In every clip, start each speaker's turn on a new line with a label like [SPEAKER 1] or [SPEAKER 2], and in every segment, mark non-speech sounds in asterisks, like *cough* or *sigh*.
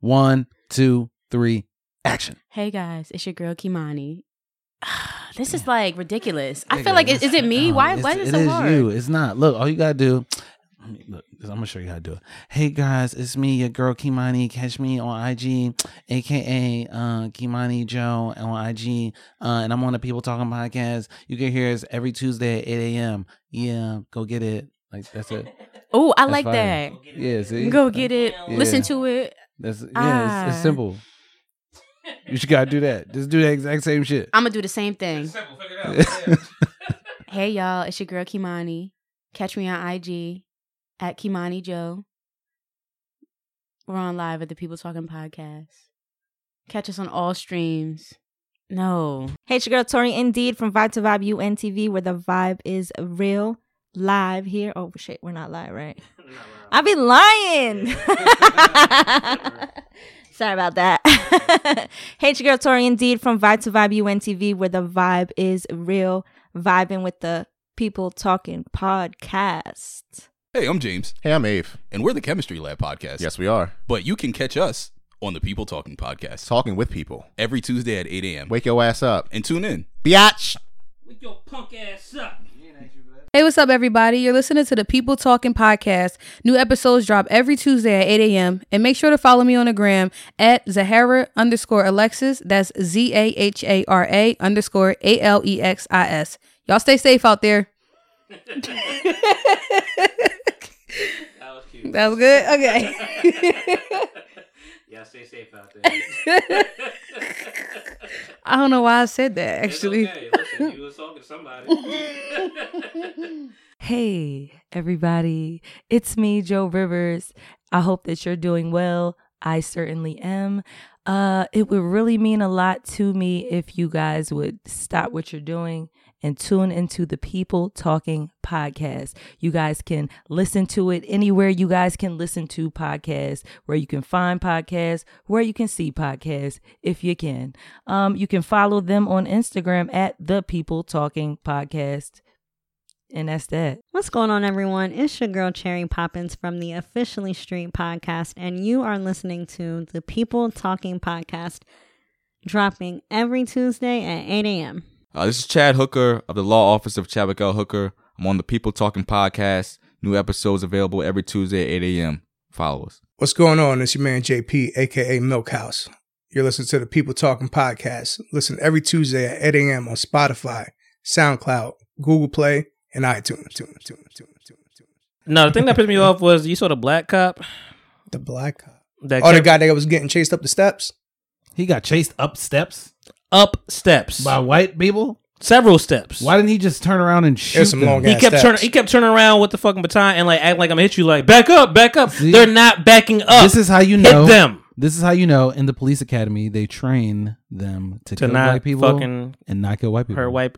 [SPEAKER 1] One, two, three, action.
[SPEAKER 2] Hey guys, it's your girl Kimani. *sighs* this is like ridiculous. I feel like is, is it me?
[SPEAKER 1] No,
[SPEAKER 2] Why
[SPEAKER 1] it's-
[SPEAKER 2] why is it
[SPEAKER 1] It
[SPEAKER 2] so
[SPEAKER 1] is
[SPEAKER 2] hard?
[SPEAKER 1] you. It's not. Look, all you gotta do. Look, I'm gonna show you how to do it. Hey guys, it's me, your girl Kimani. Catch me on IG, aka uh, Kimani Joe on IG, uh, and I'm on the People Talking podcast. You can hear us every Tuesday at 8 a.m. Yeah, go get it. Like that's
[SPEAKER 2] *laughs*
[SPEAKER 1] it.
[SPEAKER 2] Oh, I
[SPEAKER 1] That's
[SPEAKER 2] like
[SPEAKER 1] fire.
[SPEAKER 2] that.
[SPEAKER 1] Yeah, see,
[SPEAKER 2] Go get it.
[SPEAKER 1] Yeah.
[SPEAKER 2] Listen to it.
[SPEAKER 1] That's yeah. It's,
[SPEAKER 2] Ah.
[SPEAKER 1] it's simple. You just gotta do that. Just do the exact same
[SPEAKER 2] *laughs*
[SPEAKER 1] shit. *laughs*
[SPEAKER 2] I'm gonna do the same thing.
[SPEAKER 3] Simple, figure it out. Yeah.
[SPEAKER 2] Hey y'all, it's your girl Kimani. Catch me on IG at Kimani Joe. We're on live at the People Talking Podcast. Catch us on all streams. No.
[SPEAKER 4] Hey, it's your girl Tori Indeed from Vibe to Vibe UNTV, where the vibe is real, live here. Oh shit, we're not live, *laughs* right? I be lying. *laughs* Sorry about that. *laughs* hey, it's your girl Tori Indeed from Vibe to Vibe UNTV, where the vibe is real, vibing with the people talking podcast.
[SPEAKER 5] Hey, I'm James,
[SPEAKER 6] Hey, I'm Ave.
[SPEAKER 5] and we're the Chemistry Lab podcast.
[SPEAKER 6] Yes, we are.
[SPEAKER 5] But you can catch us on the People Talking podcast
[SPEAKER 6] Talking with people.
[SPEAKER 5] every Tuesday at 8 a.m.
[SPEAKER 6] Wake your ass up.
[SPEAKER 5] and tune in.
[SPEAKER 6] Biatch!
[SPEAKER 3] Wake your punk ass up.
[SPEAKER 7] Hey, what's up, everybody? You're listening to the People Talking Podcast. New episodes drop every Tuesday at 8 a.m. And make sure to follow me on the gram at Zahara underscore Alexis. That's Z A H A R A underscore A L E X I S. Y'all stay safe out there.
[SPEAKER 3] That was cute.
[SPEAKER 7] That was good? Okay.
[SPEAKER 3] Y'all stay safe out there.
[SPEAKER 7] *laughs*
[SPEAKER 3] *laughs*
[SPEAKER 7] I don't know why I said that, actually.
[SPEAKER 3] It's okay. Listen, you was talking to somebody.
[SPEAKER 8] Hey, everybody. It's me, Joe Rivers. I hope that you're doing well. I certainly am. Uh, it would really mean a lot to me if you guys would stop what you're doing and tune into the People Talking podcast. You guys can listen to it anywhere you guys can listen to podcasts, where you can find podcasts, where you can see podcasts, if you can. Um, you can follow them on Instagram at the People Talking Podcast. And that's that.
[SPEAKER 9] What's going on, everyone? It's your girl Cherry Poppins from the Officially Street podcast, and you are listening to the People Talking podcast, dropping every Tuesday at 8 a.m.
[SPEAKER 10] Uh, this is Chad Hooker of the Law Office of Chadwick L. Hooker. I'm on the People Talking podcast. New episodes available every Tuesday at 8 a.m. Follow us.
[SPEAKER 11] What's going on? It's your man JP, aka Milkhouse. You're listening to the People Talking Podcast. Listen every Tuesday at 8 a.m. on Spotify, SoundCloud, Google Play, and iTunes. Tune, tune, tune, tune, tune.
[SPEAKER 3] no, the thing that pissed me off was you saw the black cop
[SPEAKER 11] The black cop.
[SPEAKER 3] that
[SPEAKER 11] Oh, the
[SPEAKER 3] kept
[SPEAKER 11] guy that was getting chased up the steps?
[SPEAKER 1] He got chased up steps
[SPEAKER 3] up steps,
[SPEAKER 1] by white people.
[SPEAKER 3] several steps.
[SPEAKER 1] Why didn't he just turn around and shoot
[SPEAKER 11] There's some
[SPEAKER 1] them?
[SPEAKER 11] long
[SPEAKER 3] he
[SPEAKER 11] ass
[SPEAKER 3] kept
[SPEAKER 11] steps.
[SPEAKER 3] turning. He kept turning around with the fucking baton and like acting like I'm gonna hit you. Like back up, back up.
[SPEAKER 1] See?
[SPEAKER 3] They're not backing *laughs* up.
[SPEAKER 1] This is how you
[SPEAKER 3] hit
[SPEAKER 1] know.
[SPEAKER 3] them
[SPEAKER 1] This is how you know in the police academy they train them to,
[SPEAKER 3] to
[SPEAKER 1] kill
[SPEAKER 3] not
[SPEAKER 1] white people
[SPEAKER 3] fucking
[SPEAKER 1] and not kill white people.
[SPEAKER 3] her wipe.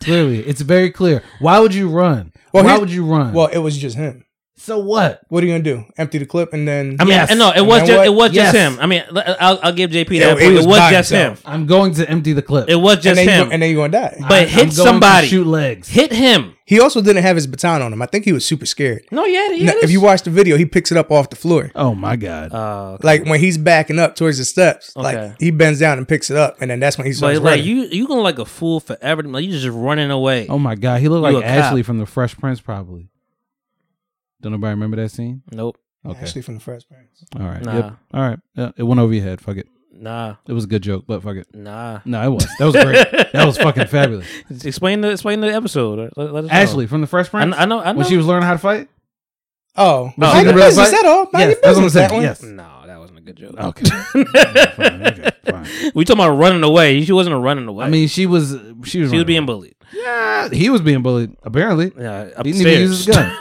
[SPEAKER 1] Clearly, it's very clear. Why would you run?
[SPEAKER 11] Well,
[SPEAKER 1] Why
[SPEAKER 11] here's-
[SPEAKER 1] would you run?
[SPEAKER 11] Well, it was just him.
[SPEAKER 1] so what?
[SPEAKER 11] What are you going to do? Empty the clip and then.
[SPEAKER 3] I mean,
[SPEAKER 1] Yes.
[SPEAKER 3] no, it
[SPEAKER 11] You
[SPEAKER 3] was
[SPEAKER 11] know
[SPEAKER 3] just
[SPEAKER 11] what?
[SPEAKER 3] it was just
[SPEAKER 1] Yes.
[SPEAKER 3] him. I mean, l- I'll, I'll give JP
[SPEAKER 11] It-
[SPEAKER 3] that.
[SPEAKER 11] it
[SPEAKER 3] point. It,
[SPEAKER 11] was
[SPEAKER 3] was
[SPEAKER 11] by
[SPEAKER 3] just
[SPEAKER 11] himself.
[SPEAKER 3] him.
[SPEAKER 1] I'm going to empty the clip.
[SPEAKER 3] It was
[SPEAKER 11] and
[SPEAKER 3] just
[SPEAKER 11] then
[SPEAKER 3] him.
[SPEAKER 11] You, and then you're going to die.
[SPEAKER 3] but
[SPEAKER 1] I'm
[SPEAKER 3] hit
[SPEAKER 1] going to
[SPEAKER 3] somebody.
[SPEAKER 1] shoot legs.
[SPEAKER 3] Hit him.
[SPEAKER 11] He also didn't have his baton on him. I think he was super scared.
[SPEAKER 3] No, yeah, he
[SPEAKER 11] Now, if you watch the video, he picks it up off the floor.
[SPEAKER 1] Oh my god!
[SPEAKER 3] Uh,
[SPEAKER 11] Like when he's backing up towards the steps,
[SPEAKER 3] Okay.
[SPEAKER 11] like he bends down and picks it up, and then that's when he's
[SPEAKER 3] but
[SPEAKER 11] like,
[SPEAKER 3] like you, you gonna like a fool forever. Like you just running away.
[SPEAKER 1] oh my god! He looked
[SPEAKER 3] You
[SPEAKER 1] like
[SPEAKER 3] a cop.
[SPEAKER 1] Ashley from The Fresh Prince, probably. Don't nobody remember that scene?
[SPEAKER 3] Nope.
[SPEAKER 1] Okay.
[SPEAKER 11] Actually, from the first parents.
[SPEAKER 1] All right.
[SPEAKER 3] Nah.
[SPEAKER 1] Yep. All right. Yeah, it went over your head. Fuck it.
[SPEAKER 3] Nah.
[SPEAKER 1] It was a good joke, but fuck it.
[SPEAKER 3] Nah.
[SPEAKER 1] No, it was. That was great. that was
[SPEAKER 3] *laughs*
[SPEAKER 1] fucking *laughs* fabulous.
[SPEAKER 3] Explain the explain the episode. Let, let us know.
[SPEAKER 1] Ashley from The Fresh
[SPEAKER 3] I,
[SPEAKER 1] Prince.
[SPEAKER 3] I know. I know.
[SPEAKER 1] When she was learning how to fight.
[SPEAKER 11] Oh,
[SPEAKER 3] No,
[SPEAKER 11] mind
[SPEAKER 3] you
[SPEAKER 11] your
[SPEAKER 1] real
[SPEAKER 11] business.
[SPEAKER 1] fight?
[SPEAKER 11] That all? Mind
[SPEAKER 1] Yes,
[SPEAKER 11] your
[SPEAKER 1] that's what I'm saying.
[SPEAKER 11] business. That one.
[SPEAKER 1] Yes.
[SPEAKER 3] no, that wasn't a good joke.
[SPEAKER 1] Okay. Fine, okay, fine.
[SPEAKER 3] *laughs* we talking about running away. She wasn't running away.
[SPEAKER 1] I mean, she was she was
[SPEAKER 3] she was
[SPEAKER 1] running.
[SPEAKER 3] being bullied.
[SPEAKER 1] yeah. He was being bullied. Apparently,
[SPEAKER 3] Yeah,
[SPEAKER 1] he didn't even use
[SPEAKER 3] upstairs.
[SPEAKER 1] his gun.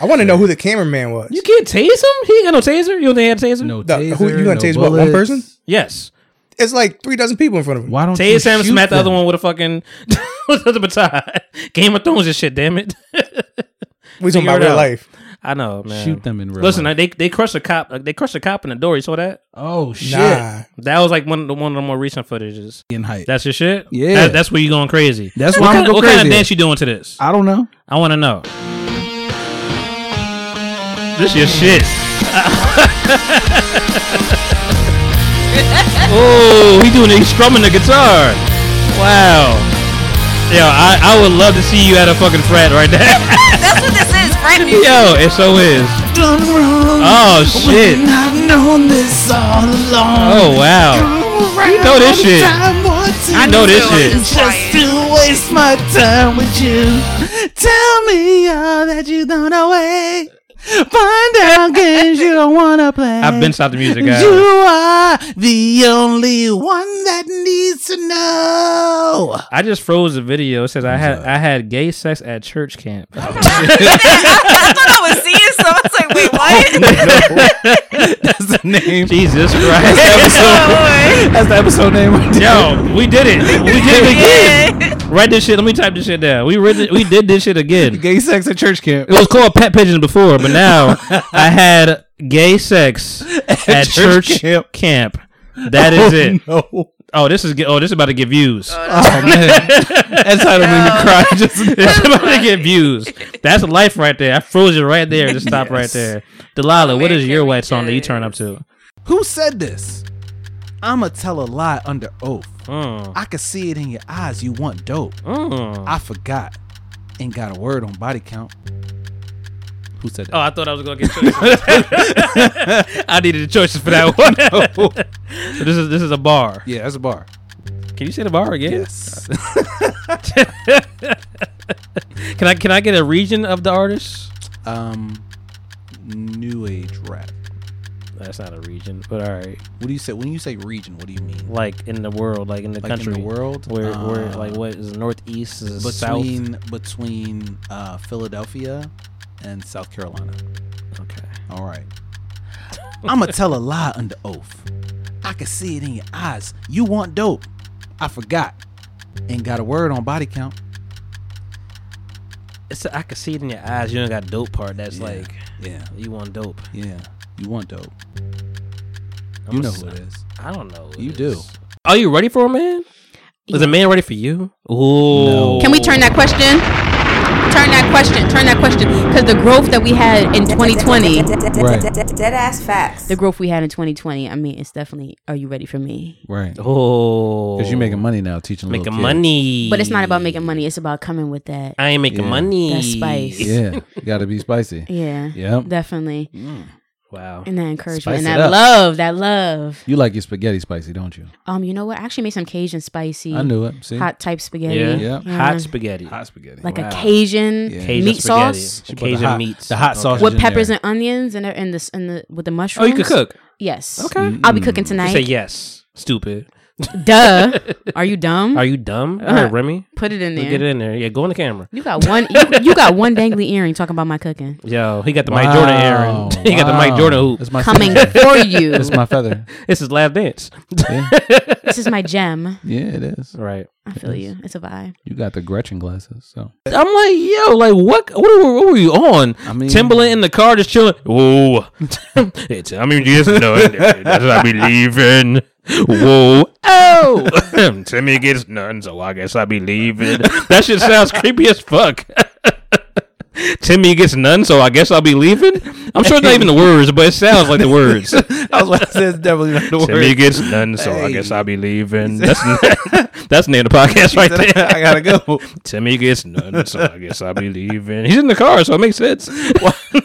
[SPEAKER 11] I want to know who the cameraman was.
[SPEAKER 3] You can't tase him. He ain't got *laughs* no taser. You don't think he had a taser?
[SPEAKER 1] No
[SPEAKER 11] The-
[SPEAKER 1] taser.
[SPEAKER 11] who- you gonna
[SPEAKER 1] no
[SPEAKER 11] tase what, one
[SPEAKER 1] bullets.
[SPEAKER 11] person?
[SPEAKER 3] Yes.
[SPEAKER 11] It's like three dozen people in front of him.
[SPEAKER 1] Why don't you
[SPEAKER 3] Tase him.
[SPEAKER 1] shoot
[SPEAKER 3] Smack the
[SPEAKER 1] them?
[SPEAKER 3] other one with a fucking *laughs* with the baton. Game of Thrones and shit. Damn it.
[SPEAKER 11] *laughs* We talking
[SPEAKER 3] Figure
[SPEAKER 11] about
[SPEAKER 3] it
[SPEAKER 11] real
[SPEAKER 3] out.
[SPEAKER 11] life.
[SPEAKER 3] I know, man.
[SPEAKER 1] Shoot them in real
[SPEAKER 3] Listen,
[SPEAKER 1] life.
[SPEAKER 3] they they crushed a cop. Like, they crushed a cop in the door. You saw that?
[SPEAKER 1] Oh shit!
[SPEAKER 11] Nah,
[SPEAKER 3] That was like one of the one of the more recent footages.
[SPEAKER 1] Getting hype.
[SPEAKER 3] That's your shit.
[SPEAKER 1] Yeah.
[SPEAKER 3] That- that's where you going crazy.
[SPEAKER 1] That's where
[SPEAKER 3] what
[SPEAKER 1] I'ma
[SPEAKER 3] kind,
[SPEAKER 1] go
[SPEAKER 3] What kind
[SPEAKER 1] crazy
[SPEAKER 3] of
[SPEAKER 1] at.
[SPEAKER 3] dance you doing to this?
[SPEAKER 1] I don't know.
[SPEAKER 3] I want to know. *laughs* This your shit. *laughs* oh, he doing he's strumming the guitar. Wow. Yo, I, I would love to see you at a fucking frat right now. *laughs*
[SPEAKER 6] That's what this is, friend music.
[SPEAKER 3] Yo, it so is.
[SPEAKER 6] Done wrong.
[SPEAKER 3] Oh shit.
[SPEAKER 6] When I've known this all along.
[SPEAKER 3] Oh wow.
[SPEAKER 6] You
[SPEAKER 3] know this shit. I know this shit.
[SPEAKER 6] Just to waste my time with you. Tell me all that you don't know. eh? Find out games you don't wanna play.
[SPEAKER 3] I've been stopped the music, guys.
[SPEAKER 6] You are the only one that needs to *laughs* know.
[SPEAKER 3] I just froze the video. It says I had I had gay sex at church
[SPEAKER 6] *laughs*
[SPEAKER 3] camp. *laughs*
[SPEAKER 6] I thought I was seeing, so I was like, wait,
[SPEAKER 3] *laughs* That's the name. Jesus Christ. That's the episode, name. Yo, we did it. We did it again. Write this shit. Let me type this shit down. We read it, we did this shit again.
[SPEAKER 1] Gay sex at church camp.
[SPEAKER 3] It was called pet pigeons before, but now *laughs* I had gay sex at,
[SPEAKER 1] church
[SPEAKER 3] church, camp. That is
[SPEAKER 1] Oh,
[SPEAKER 3] it. Oh, this is ge- oh, this is about to get views.
[SPEAKER 1] Oh,
[SPEAKER 3] *laughs*
[SPEAKER 1] man. That title made me cry just *laughs* now.
[SPEAKER 3] it's about to get views. That's life right there. I froze it right there. Just stop right there. Delilah, what is your white song that you turn up to?
[SPEAKER 1] *laughs* Who said this? I'ma tell a lie under oath. I can see it in your eyes. You want dope. I forgot. Ain't got a word on body count. Who said that?
[SPEAKER 3] Oh, I thought I was gonna get choices.
[SPEAKER 1] *laughs*
[SPEAKER 3] *laughs* I needed the choices for that one. *laughs* so this is this is a bar.
[SPEAKER 1] Yeah, that's a bar.
[SPEAKER 3] Can you say the bar again? Yes. *laughs* can I can I get a region of the artist?
[SPEAKER 1] Um, new age rap.
[SPEAKER 3] That's not a region, but all right.
[SPEAKER 1] What do you say when you say region? What do you mean?
[SPEAKER 3] Like in the world, like in the
[SPEAKER 1] Like in the
[SPEAKER 3] country,
[SPEAKER 1] world?
[SPEAKER 3] where where
[SPEAKER 1] Uh,
[SPEAKER 3] like what is the northeast is the south?
[SPEAKER 1] between between uh, Philadelphia and South Carolina.
[SPEAKER 3] Okay.
[SPEAKER 1] All right. I'ma tell a lie under oath. I can see it in your eyes. You want dope. I forgot. Ain't got a word on body count.
[SPEAKER 3] It's I can see it in your eyes. You don't got dope part. That's
[SPEAKER 1] Yeah.
[SPEAKER 3] like
[SPEAKER 1] Yeah.
[SPEAKER 3] you want dope.
[SPEAKER 1] Yeah. You want dope.
[SPEAKER 3] I'm
[SPEAKER 1] You
[SPEAKER 3] a
[SPEAKER 1] know
[SPEAKER 3] s-
[SPEAKER 1] who it is.
[SPEAKER 3] I don't know.
[SPEAKER 1] You do.
[SPEAKER 3] Are you ready for a man? Is a man ready for you? Ooh.
[SPEAKER 7] Can we turn that question? Turn that question. Turn that question. Because the growth that we had
[SPEAKER 12] *laughs*
[SPEAKER 7] in 2020.
[SPEAKER 2] Dead ass facts. The growth we had in 2020. I mean, it's definitely. Are you ready for me?
[SPEAKER 1] Right.
[SPEAKER 3] Oh.
[SPEAKER 1] Because you're making money now teaching little
[SPEAKER 3] Making
[SPEAKER 1] kids.
[SPEAKER 3] money.
[SPEAKER 2] But it's not about making money. It's about coming with that.
[SPEAKER 3] I ain't making
[SPEAKER 1] Yeah.
[SPEAKER 3] money.
[SPEAKER 2] That spice.
[SPEAKER 1] Yeah. Got to be spicy.
[SPEAKER 2] Yeah.
[SPEAKER 1] Yep. Mm.
[SPEAKER 2] Definitely.
[SPEAKER 3] Wow.
[SPEAKER 2] And that encouragement
[SPEAKER 1] Spice
[SPEAKER 2] and
[SPEAKER 1] it
[SPEAKER 2] that
[SPEAKER 1] up.
[SPEAKER 2] love. That love.
[SPEAKER 1] You like your spaghetti spicy, don't you?
[SPEAKER 2] Um, you know what? I actually made some Cajun spicy.
[SPEAKER 1] I knew it. See?
[SPEAKER 2] Hot type spaghetti.
[SPEAKER 3] Yeah.
[SPEAKER 2] Yeah.
[SPEAKER 3] Hot spaghetti.
[SPEAKER 1] Hot spaghetti.
[SPEAKER 2] Like a Cajun
[SPEAKER 3] Cajun
[SPEAKER 2] meat
[SPEAKER 3] spaghetti.
[SPEAKER 2] sauce.
[SPEAKER 1] She put
[SPEAKER 3] Cajun
[SPEAKER 1] the hot-
[SPEAKER 3] meats.
[SPEAKER 1] the hot sauce
[SPEAKER 2] With peppers and onions and the- and this and the with the mushrooms.
[SPEAKER 3] could Oh, cook?
[SPEAKER 2] Yes.
[SPEAKER 3] Okay.
[SPEAKER 2] I'll be cooking
[SPEAKER 3] You
[SPEAKER 2] tonight.
[SPEAKER 3] say yes. Stupid. *laughs*
[SPEAKER 2] Duh. Are you dumb?
[SPEAKER 3] Are you dumb? All
[SPEAKER 2] Uh,
[SPEAKER 3] right, Remy.
[SPEAKER 2] put it in
[SPEAKER 3] Look,
[SPEAKER 2] there.
[SPEAKER 3] Get it in there. Yeah, go on the camera.
[SPEAKER 2] You got one. You, you got one dangly earring talking about my cooking.
[SPEAKER 3] Yo, he got the Mike Jordan
[SPEAKER 1] Wow,
[SPEAKER 3] Aaron. *laughs* he got the Mike
[SPEAKER 1] wow.
[SPEAKER 3] Jordan hoop.
[SPEAKER 1] That's my
[SPEAKER 2] Coming
[SPEAKER 1] feather. *laughs*
[SPEAKER 2] for you.
[SPEAKER 1] That's my
[SPEAKER 3] *laughs*
[SPEAKER 1] feather.
[SPEAKER 3] It's his last dance.
[SPEAKER 1] Yeah,
[SPEAKER 2] This is my gem.
[SPEAKER 1] yeah it is.
[SPEAKER 3] Right.
[SPEAKER 2] I feel you. It's a vibe.
[SPEAKER 1] You got the Gretchen glasses, so
[SPEAKER 3] I'm like, yo, like what? What, were- what were you on?
[SPEAKER 1] I mean,
[SPEAKER 3] Timberland in the car just chilling. Whoa. *laughs* it's, I mean, yes, no, that's I be leaving. Whoa. *laughs* Oh. Timmy gets none, so I guess I be leaving. *laughs* That shit sounds creepy as fuck. *laughs* Timmy gets none, so I guess I'll be leaving. I'm sure it's not even the words, but it sounds like the *laughs* words.
[SPEAKER 1] *laughs* I was about to say it's definitely not the
[SPEAKER 3] Timmy gets
[SPEAKER 1] *laughs*
[SPEAKER 3] none, *laughs* so I guess I'll be leaving. That's *laughs* that's the name of the podcast right there.
[SPEAKER 1] *laughs* I gotta
[SPEAKER 3] *laughs*
[SPEAKER 1] go.
[SPEAKER 3] Timmy gets none, so I guess I'll be leaving. He's in the car, so it makes sense.
[SPEAKER 1] *laughs*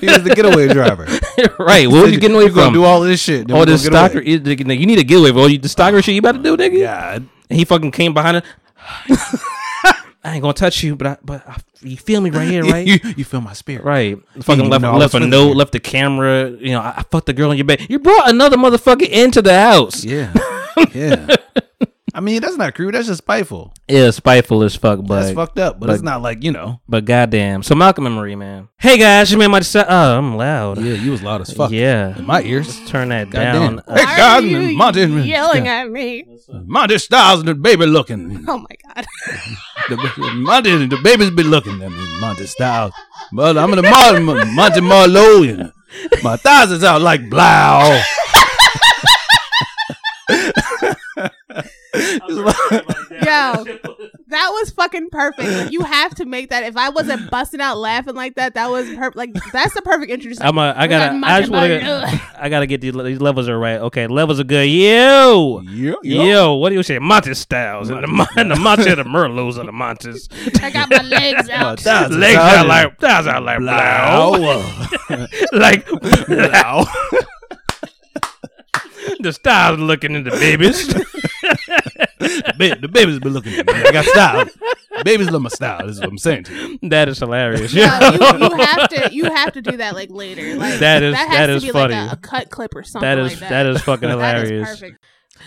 [SPEAKER 1] He was the getaway driver.
[SPEAKER 3] *laughs* right. What was you getting away
[SPEAKER 1] you gonna
[SPEAKER 3] from?
[SPEAKER 1] do all this shit? then
[SPEAKER 3] all
[SPEAKER 1] we
[SPEAKER 3] this
[SPEAKER 1] gonna get
[SPEAKER 3] stalker.
[SPEAKER 1] away.
[SPEAKER 3] You nigga, you need a getaway. All you the stalker shit you about to do, nigga.
[SPEAKER 1] God.
[SPEAKER 3] And he fucking came behind it. *sighs* I ain't gonna touch you, but I, but I, you feel me right here, right?
[SPEAKER 1] *laughs* You, you feel my spirit,
[SPEAKER 3] Right, fucking
[SPEAKER 1] you
[SPEAKER 3] left
[SPEAKER 1] know I
[SPEAKER 3] left a
[SPEAKER 1] was with
[SPEAKER 3] note,
[SPEAKER 1] you.
[SPEAKER 3] left the camera. You know, I, I fucked the girl in your bed. You brought another motherfucker into the house. *laughs*
[SPEAKER 1] Yeah, *laughs* yeah. I mean, that's not crude. That's just spiteful.
[SPEAKER 3] Yeah, spiteful as fuck, but
[SPEAKER 1] that's fucked up. But,
[SPEAKER 3] but-
[SPEAKER 1] it's not like you know.
[SPEAKER 3] but goddamn. So Malcolm and Marie, man. Hey guys, you made my deci- Oh, I'm loud.
[SPEAKER 1] Yeah, you was loud as fuck.
[SPEAKER 3] Yeah.
[SPEAKER 1] in my ears.
[SPEAKER 3] Turn that
[SPEAKER 1] Goddamn.
[SPEAKER 3] down. *coughs*
[SPEAKER 1] Hey guys,
[SPEAKER 13] *laughs*
[SPEAKER 1] Monty,
[SPEAKER 6] Yelling at me.
[SPEAKER 1] Monty Styles and the baby looking.
[SPEAKER 6] Oh my god.
[SPEAKER 1] The, Monty, the baby's been looking at me, Monty Styles. But I'm in the Monty, Monty Marlowe. And my thighs is out like *laughs*
[SPEAKER 3] *laughs*
[SPEAKER 1] blow.
[SPEAKER 6] Yo, that
[SPEAKER 13] was fucking perfect. Like, you have to make that. If I wasn't busting out laughing like that, that was perfect. Like that's the perfect introduction.
[SPEAKER 3] I'm a, I
[SPEAKER 13] Like,
[SPEAKER 3] gotta. I
[SPEAKER 13] my
[SPEAKER 3] just wanna.
[SPEAKER 6] *laughs*
[SPEAKER 13] body-
[SPEAKER 3] I gotta get these, le- these levels are right. Okay, levels are good. Yo, yo, yo. What do you say, Monty Styles and the Mon- and the Monty and the Merlots and the Montes.
[SPEAKER 13] I got
[SPEAKER 3] *laughs*
[SPEAKER 13] my legs out.
[SPEAKER 3] That's legs are like that's are like blow, *laughs* like blow. *laughs* the styles looking at
[SPEAKER 1] *laughs*
[SPEAKER 3] the babies.
[SPEAKER 6] the, ba- the babies been looking at me. I got style. babies love my style. This is what I'm saying to you.
[SPEAKER 3] That is hilarious. *laughs*
[SPEAKER 13] No, you, you have to you have to do that like later. Like
[SPEAKER 3] That is-
[SPEAKER 13] that,
[SPEAKER 3] that is
[SPEAKER 13] has to be
[SPEAKER 3] funny.
[SPEAKER 13] like a, a cut clip or something.
[SPEAKER 3] That is
[SPEAKER 13] like *laughs* that.
[SPEAKER 3] that is fucking hilarious.
[SPEAKER 13] perfect.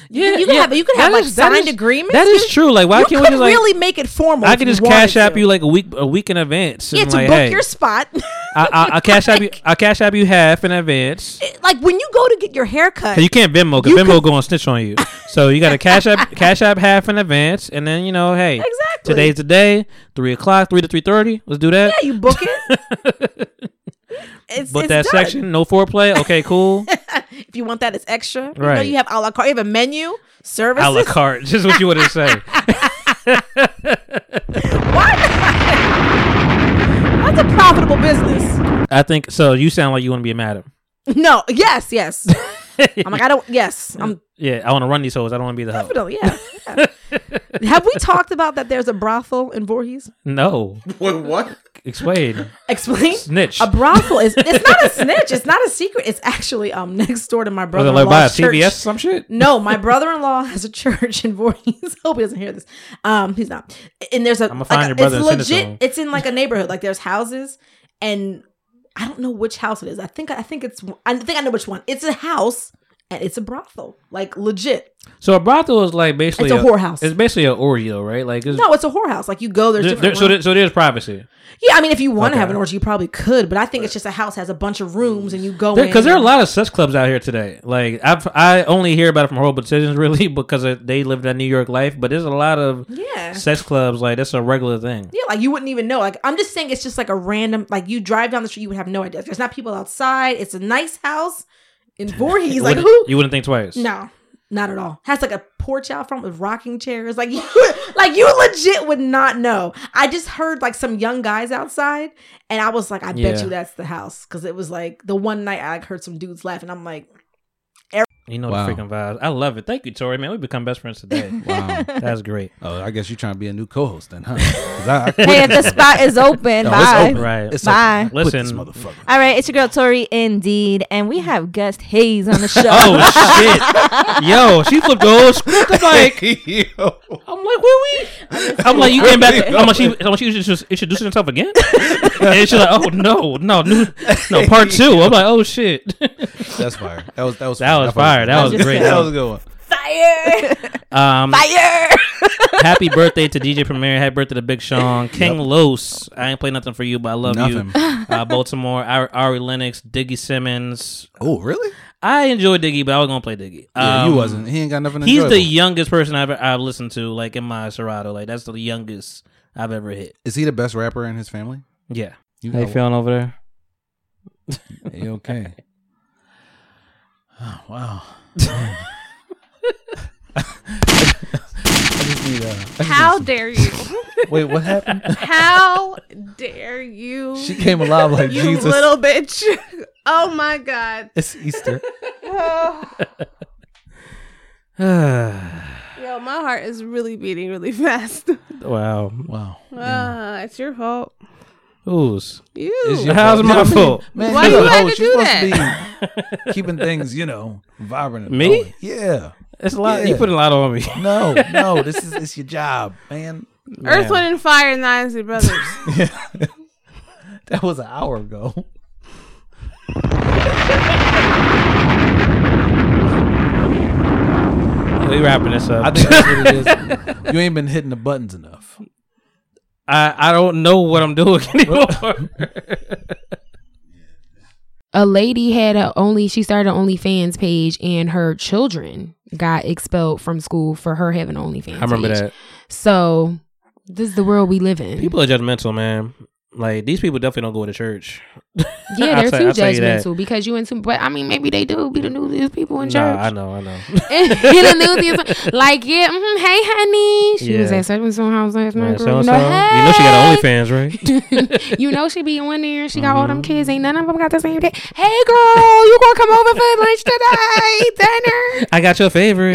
[SPEAKER 3] Yeah,
[SPEAKER 4] you could
[SPEAKER 3] yeah.
[SPEAKER 4] have you could
[SPEAKER 3] That
[SPEAKER 4] have like
[SPEAKER 3] is- that
[SPEAKER 4] signed
[SPEAKER 3] is-
[SPEAKER 4] agreements.
[SPEAKER 3] that is
[SPEAKER 4] You-
[SPEAKER 3] true. Like, why
[SPEAKER 4] you
[SPEAKER 3] can't we
[SPEAKER 4] could
[SPEAKER 3] just, like-
[SPEAKER 4] really make it formal?
[SPEAKER 3] I
[SPEAKER 4] if
[SPEAKER 3] can
[SPEAKER 4] you
[SPEAKER 3] just
[SPEAKER 4] wanted
[SPEAKER 3] cash app
[SPEAKER 4] to.
[SPEAKER 3] you like a week a week in advance.
[SPEAKER 4] Yeah,
[SPEAKER 3] and
[SPEAKER 4] to
[SPEAKER 3] like,
[SPEAKER 4] book
[SPEAKER 3] hey,
[SPEAKER 4] your spot. *laughs*
[SPEAKER 3] I, I, I cash
[SPEAKER 13] *laughs*
[SPEAKER 3] app you. I cash app you half in advance.
[SPEAKER 4] like when you go to get your hair cut,
[SPEAKER 3] 'Cause you can't Venmo because Venmo go and snitch on you. So you got to cash
[SPEAKER 13] *laughs*
[SPEAKER 3] app cash app half in advance, and then you know, hey,
[SPEAKER 4] Exactly.
[SPEAKER 3] Today's the day. Three o'clock, three to three thirty. Let's do that.
[SPEAKER 4] Yeah,
[SPEAKER 3] *laughs*
[SPEAKER 4] you book it. it's,
[SPEAKER 3] But
[SPEAKER 4] it's
[SPEAKER 3] that
[SPEAKER 4] done.
[SPEAKER 3] section, no foreplay. Okay, cool.
[SPEAKER 4] *laughs* if you want that, it's extra. You know,
[SPEAKER 3] Right.
[SPEAKER 4] you have a la carte. You have a menu services.
[SPEAKER 3] a la carte. *laughs* Just what you would have said.
[SPEAKER 4] *laughs* That's a profitable business.
[SPEAKER 3] I think so. You sound like you want to be a madam.
[SPEAKER 4] No. Yes.
[SPEAKER 3] *laughs*
[SPEAKER 4] Yes. I'm like I don't. Yes. I'm
[SPEAKER 3] Yeah, I want to run these hoes. I don't want to be the hoe.
[SPEAKER 4] definitely. Yeah. yeah. have we talked about that? There's a brothel in Voorhees.
[SPEAKER 3] No,
[SPEAKER 5] What? What?
[SPEAKER 3] explain.
[SPEAKER 4] Explain.
[SPEAKER 3] Snitch.
[SPEAKER 4] A brothel is. It's not
[SPEAKER 3] *laughs*
[SPEAKER 4] a snitch. It's not a secret. It's actually um next door to my
[SPEAKER 3] Was
[SPEAKER 4] brother.
[SPEAKER 3] it like by a CVS or some shit?
[SPEAKER 4] No, my brother-in-law has a church in Voorhees. *laughs* Hope he doesn't hear this. Um, he's not. And there's a.
[SPEAKER 3] I'ma find
[SPEAKER 4] like a-
[SPEAKER 3] your brother and
[SPEAKER 4] It's
[SPEAKER 3] send it to him.
[SPEAKER 4] legit. It's in like a neighborhood. Like there's houses, and I don't know which house it is. I think I think it's. I think I know which one. It's a house, and it's a brothel. Like legit.
[SPEAKER 3] So a brothel is like basically
[SPEAKER 4] It's a whorehouse.
[SPEAKER 3] It's basically an Oreo, right? Like it's,
[SPEAKER 4] No, it's a whorehouse. Like you go. There's
[SPEAKER 3] there-
[SPEAKER 4] different.
[SPEAKER 3] there- so
[SPEAKER 4] rooms.
[SPEAKER 3] there, so there's privacy
[SPEAKER 4] yeah, I mean, if you want to have
[SPEAKER 3] Okay.
[SPEAKER 4] an orgy, you probably could. But I think it's just a house has a bunch of rooms, and you go in.
[SPEAKER 3] because there are a
[SPEAKER 4] and-
[SPEAKER 3] lot of such clubs out here today. Like I I only hear about it from horrible decisions *laughs* really because of, they live that New York life, but there's a lot of
[SPEAKER 4] Yeah.
[SPEAKER 3] sex clubs like that's a regular thing.
[SPEAKER 4] Yeah, like you wouldn't even know. Like I'm just saying, it's just like a random. Like you drive down the street, you would have no idea. There's not people outside. It's a nice house
[SPEAKER 1] *laughs*
[SPEAKER 4] in Voorhees.
[SPEAKER 3] You
[SPEAKER 4] like
[SPEAKER 3] wouldn't-
[SPEAKER 4] who?
[SPEAKER 3] You wouldn't think twice.
[SPEAKER 4] No, not at all. Has like a porch out front with rocking chairs. Like *laughs* you, like you legit would not know. I just heard like some young guys outside, and I was like, I bet
[SPEAKER 3] Yeah.
[SPEAKER 4] you that's the house because it was like the one night I like, heard some dudes laugh, and I'm like,
[SPEAKER 3] You know
[SPEAKER 4] Wow.
[SPEAKER 3] the freaking vibes. I love it. Thank you, Tori. Man, we become best friends today.
[SPEAKER 6] Wow.
[SPEAKER 3] That's great.
[SPEAKER 6] Oh, I guess you're trying to be a new co-host then, huh? 'Cause I- I quit.
[SPEAKER 4] Hey, if the spot is
[SPEAKER 6] No,
[SPEAKER 4] open,
[SPEAKER 6] it's
[SPEAKER 4] bye.
[SPEAKER 6] open.
[SPEAKER 3] Right.
[SPEAKER 6] It's
[SPEAKER 4] Bye.
[SPEAKER 6] open. I quit this
[SPEAKER 3] Listen.
[SPEAKER 6] motherfucker.
[SPEAKER 9] All right, it's your girl Tori indeed, and we have Gus Hayes on the show.
[SPEAKER 14] *laughs*
[SPEAKER 3] oh shit! Yo, she flipped the whole script. I'm
[SPEAKER 6] *laughs*
[SPEAKER 3] like, I'm like, where we? I'm like, you came back. I'm like, she, I'm like, she was just introducing herself again, and she's like, oh no, no, no, no,
[SPEAKER 6] *laughs*
[SPEAKER 3] part two. I'm like, oh shit.
[SPEAKER 6] That's fire. That was that was
[SPEAKER 3] That was fire. That was great.
[SPEAKER 6] That was a good one.
[SPEAKER 3] Um,
[SPEAKER 4] Fire!
[SPEAKER 3] happy birthday to DJ Premier. Happy birthday to Big Sean. King Los. I ain't play nothing for you, but I love
[SPEAKER 6] Nothing.
[SPEAKER 3] you. Uh, Baltimore. Ari, Ari Lennox. Diggy Simmons.
[SPEAKER 6] Oh, really?
[SPEAKER 3] I enjoy Diggy, but I was gonna play Diggy.
[SPEAKER 6] Yeah, you
[SPEAKER 3] Um,
[SPEAKER 6] wasn't. He ain't got nothing.
[SPEAKER 3] He's
[SPEAKER 6] enjoyable.
[SPEAKER 3] the youngest person I've I've listened to, like in my Serato. Like that's the youngest I've ever hit.
[SPEAKER 6] Is he the best rapper in his family?
[SPEAKER 3] Yeah.
[SPEAKER 6] You
[SPEAKER 3] How you
[SPEAKER 6] know-
[SPEAKER 3] feeling over there?
[SPEAKER 6] You okay? Oh, wow. I just need, uh, I just need
[SPEAKER 13] How
[SPEAKER 6] some-
[SPEAKER 13] dare you?
[SPEAKER 6] *laughs* Wait, what happened?
[SPEAKER 13] *laughs* How dare you?
[SPEAKER 6] She came alive like
[SPEAKER 13] you
[SPEAKER 6] Jesus.
[SPEAKER 13] little bitch. *laughs* Oh my god.
[SPEAKER 6] It's Easter.
[SPEAKER 13] *laughs* Oh,
[SPEAKER 3] wow.
[SPEAKER 13] yo, my heart is really beating really fast. *laughs*
[SPEAKER 3] Wow.
[SPEAKER 13] Uh, it's your fault.
[SPEAKER 3] Who's?
[SPEAKER 13] You.
[SPEAKER 3] It's your How's my fault?
[SPEAKER 6] Man,
[SPEAKER 13] Why
[SPEAKER 6] you
[SPEAKER 13] you
[SPEAKER 6] a
[SPEAKER 13] had
[SPEAKER 6] hoe.
[SPEAKER 13] to
[SPEAKER 6] She's
[SPEAKER 13] do
[SPEAKER 6] supposed
[SPEAKER 13] that?
[SPEAKER 6] to be keeping things, you know, vibrant. and
[SPEAKER 3] Me?
[SPEAKER 6] going. Oh, Yeah.
[SPEAKER 3] It's a lot.
[SPEAKER 6] Yeah.
[SPEAKER 3] You put a lot on me.
[SPEAKER 6] *laughs* No,
[SPEAKER 3] *laughs*
[SPEAKER 6] no. This is it's your job, man.
[SPEAKER 13] Earth, Wind, and Fire, and Dynasty
[SPEAKER 6] *laughs*
[SPEAKER 13] Brothers.
[SPEAKER 6] That was an hour ago.
[SPEAKER 3] We wrapping this up.
[SPEAKER 6] I think that's what it
[SPEAKER 3] *laughs*
[SPEAKER 6] is. You ain't been hitting the buttons enough.
[SPEAKER 3] I, I don't know what I'm doing *laughs* anymore.
[SPEAKER 6] *laughs*
[SPEAKER 3] *laughs*
[SPEAKER 15] a lady had a only she started an OnlyFans page and her children got expelled from school for her having an OnlyFans.
[SPEAKER 3] I remember
[SPEAKER 15] page.
[SPEAKER 3] that.
[SPEAKER 15] So this is the world we live in.
[SPEAKER 3] People are judgmental, man. Like these people definitely don't go to church. *laughs*
[SPEAKER 15] Yeah,
[SPEAKER 3] I'll
[SPEAKER 15] they're
[SPEAKER 3] tell-
[SPEAKER 15] too
[SPEAKER 3] I'll tell you that.
[SPEAKER 15] judgmental because you into. But I mean, maybe they do be the newsiest people in
[SPEAKER 3] Nah,
[SPEAKER 15] church. *laughs*
[SPEAKER 3] I know, I know.
[SPEAKER 15] Be the newsiest. Like yeah, mm, hey honey, she was
[SPEAKER 3] Yeah.
[SPEAKER 15] at Seven Son House last
[SPEAKER 3] Man,
[SPEAKER 15] night.
[SPEAKER 3] so and so.
[SPEAKER 15] girl. You know,
[SPEAKER 3] You know she got OnlyFans, right?
[SPEAKER 15] hey, *laughs* you know she be on there. and She got all them
[SPEAKER 3] Mm-hmm.
[SPEAKER 15] kids. Ain't none of them got the same day. Hey girl, you gonna come over for lunch *laughs* today? Dinner?
[SPEAKER 3] I got your favorite.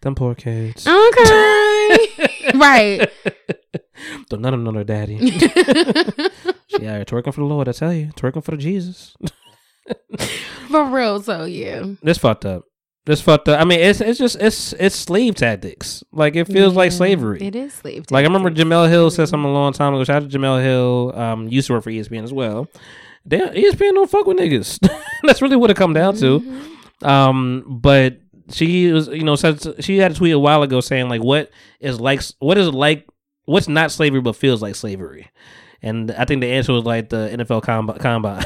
[SPEAKER 3] *laughs* Them poor kids. *laughs*
[SPEAKER 15] Okay. right.
[SPEAKER 3] Don't none of them know their daddy.
[SPEAKER 15] *laughs*
[SPEAKER 3] yeah, you're twerking for the Lord, I tell you. Twerking for the Jesus. *laughs*
[SPEAKER 15] For real. So yeah.
[SPEAKER 3] This fucked up. This fucked up. I mean, it's it's just it's it's slave tactics. Like it feels like slavery.
[SPEAKER 15] it is slave Mm-hmm.
[SPEAKER 3] Like I remember Jamel Hill said something a long time ago. Shout out to Jamel Hill. Um, used to work for ESPN as well. They, E ESPN don't fuck with niggas. *laughs* That's really what it come down
[SPEAKER 15] Mm-hmm.
[SPEAKER 3] to. Um, but she was, you know, says she had a tweet a while ago saying like, "What is like? What is like? What's not slavery but feels like slavery?" And I think the answer was like the NFL combi- combine.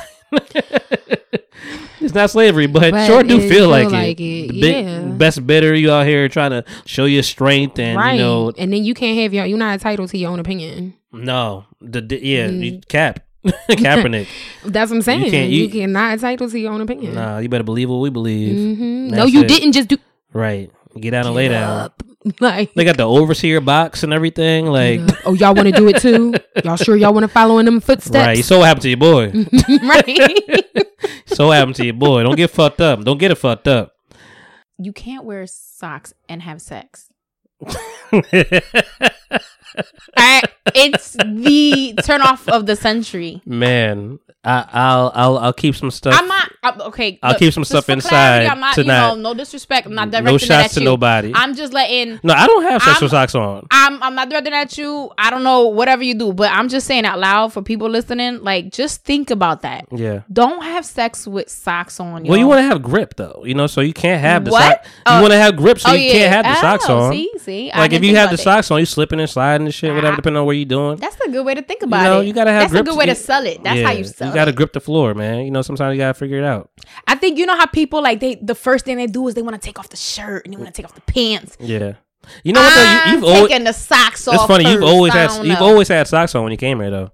[SPEAKER 3] It's not slavery, but,
[SPEAKER 15] But
[SPEAKER 3] sure do
[SPEAKER 15] it
[SPEAKER 3] feel,
[SPEAKER 15] feel
[SPEAKER 3] like,
[SPEAKER 15] like
[SPEAKER 3] it.
[SPEAKER 15] it,
[SPEAKER 3] The big-
[SPEAKER 15] yeah.
[SPEAKER 3] best bidder, you out here trying to show your strength, and
[SPEAKER 15] right.
[SPEAKER 3] you know,
[SPEAKER 15] and then you can't have your. You're not entitled to your own opinion.
[SPEAKER 3] no, the, the- yeah,
[SPEAKER 15] Mm.
[SPEAKER 3] you
[SPEAKER 15] *laughs*
[SPEAKER 3] cap, *laughs* Kaepernick.
[SPEAKER 15] That's what I'm saying. You,
[SPEAKER 3] can't- you-
[SPEAKER 15] cannot entitled to your own opinion.
[SPEAKER 3] Nah, you better believe what we believe.
[SPEAKER 15] Mhm. No,
[SPEAKER 3] That's
[SPEAKER 15] you
[SPEAKER 3] it.
[SPEAKER 15] didn't just do. *laughs*
[SPEAKER 3] Right, get down and lay down.
[SPEAKER 15] Like,
[SPEAKER 3] They got the overseer box and everything. Like,
[SPEAKER 15] oh, y'all want to do it too? Y'all sure y'all want to follow in them
[SPEAKER 3] right?
[SPEAKER 15] footsteps?
[SPEAKER 3] So what happened to your boy?
[SPEAKER 15] *laughs*
[SPEAKER 7] *laughs*
[SPEAKER 15] right.
[SPEAKER 3] so what happened to your boy? Don't get fucked up. Don't get it fucked up.
[SPEAKER 12] You can't wear socks and have
[SPEAKER 7] *laughs*
[SPEAKER 12] sex. I- it's the turn off of the century.
[SPEAKER 3] Man, I, I'll I'll I'll keep some stuff.
[SPEAKER 12] I'm not I'm- okay.
[SPEAKER 3] I'll
[SPEAKER 12] look,
[SPEAKER 3] keep some
[SPEAKER 12] just
[SPEAKER 3] stuff
[SPEAKER 12] for
[SPEAKER 3] inside
[SPEAKER 12] clarity, I'm not,
[SPEAKER 3] tonight.
[SPEAKER 12] You know, no disrespect. I'm not
[SPEAKER 3] No
[SPEAKER 12] directing it
[SPEAKER 3] shots
[SPEAKER 12] at
[SPEAKER 3] to
[SPEAKER 12] you.
[SPEAKER 3] nobody.
[SPEAKER 12] I'm just letting.
[SPEAKER 3] no, I don't have sexual
[SPEAKER 12] I'm-
[SPEAKER 3] socks on.
[SPEAKER 12] I'm I'm not directing at you. I don't know whatever you do, but I'm just saying out loud for people listening. Like, just think about that.
[SPEAKER 3] Yeah.
[SPEAKER 12] Don't have sex with socks on.
[SPEAKER 3] Well, you
[SPEAKER 12] y'all.
[SPEAKER 3] want to have grip though, you know, so you can't have the
[SPEAKER 12] What?
[SPEAKER 3] sock.
[SPEAKER 12] Oh.
[SPEAKER 3] You want to have grip, so
[SPEAKER 12] Oh,
[SPEAKER 3] you can't
[SPEAKER 12] yeah.
[SPEAKER 3] have the socks
[SPEAKER 12] Oh,
[SPEAKER 3] on.
[SPEAKER 12] see, see? I
[SPEAKER 3] like if
[SPEAKER 12] didn't
[SPEAKER 3] you
[SPEAKER 12] think
[SPEAKER 3] have the
[SPEAKER 12] about Ah.
[SPEAKER 3] socks on, you slipping and sliding and shit, whatever, depending on where you're doing.
[SPEAKER 12] That's a good way to think about
[SPEAKER 3] you know,
[SPEAKER 12] it.
[SPEAKER 3] you gotta have
[SPEAKER 12] That's
[SPEAKER 3] grip.
[SPEAKER 12] a good way
[SPEAKER 3] you-
[SPEAKER 12] to sell it. That's
[SPEAKER 3] yeah,
[SPEAKER 12] how you sell
[SPEAKER 3] You gotta grip the floor, man. You know, sometimes you gotta figure it out.
[SPEAKER 12] it. I think you know how people like they the first thing they do is they want to take off the shirt and they want to take off the pants.
[SPEAKER 3] Yeah. You know what? Though? You,
[SPEAKER 12] I'm
[SPEAKER 3] you've always
[SPEAKER 12] taking the socks off.
[SPEAKER 3] It's funny. you you've
[SPEAKER 12] first.
[SPEAKER 3] always
[SPEAKER 12] I
[SPEAKER 3] had
[SPEAKER 12] don't
[SPEAKER 3] you've
[SPEAKER 12] know.
[SPEAKER 3] always had socks on when you came here though.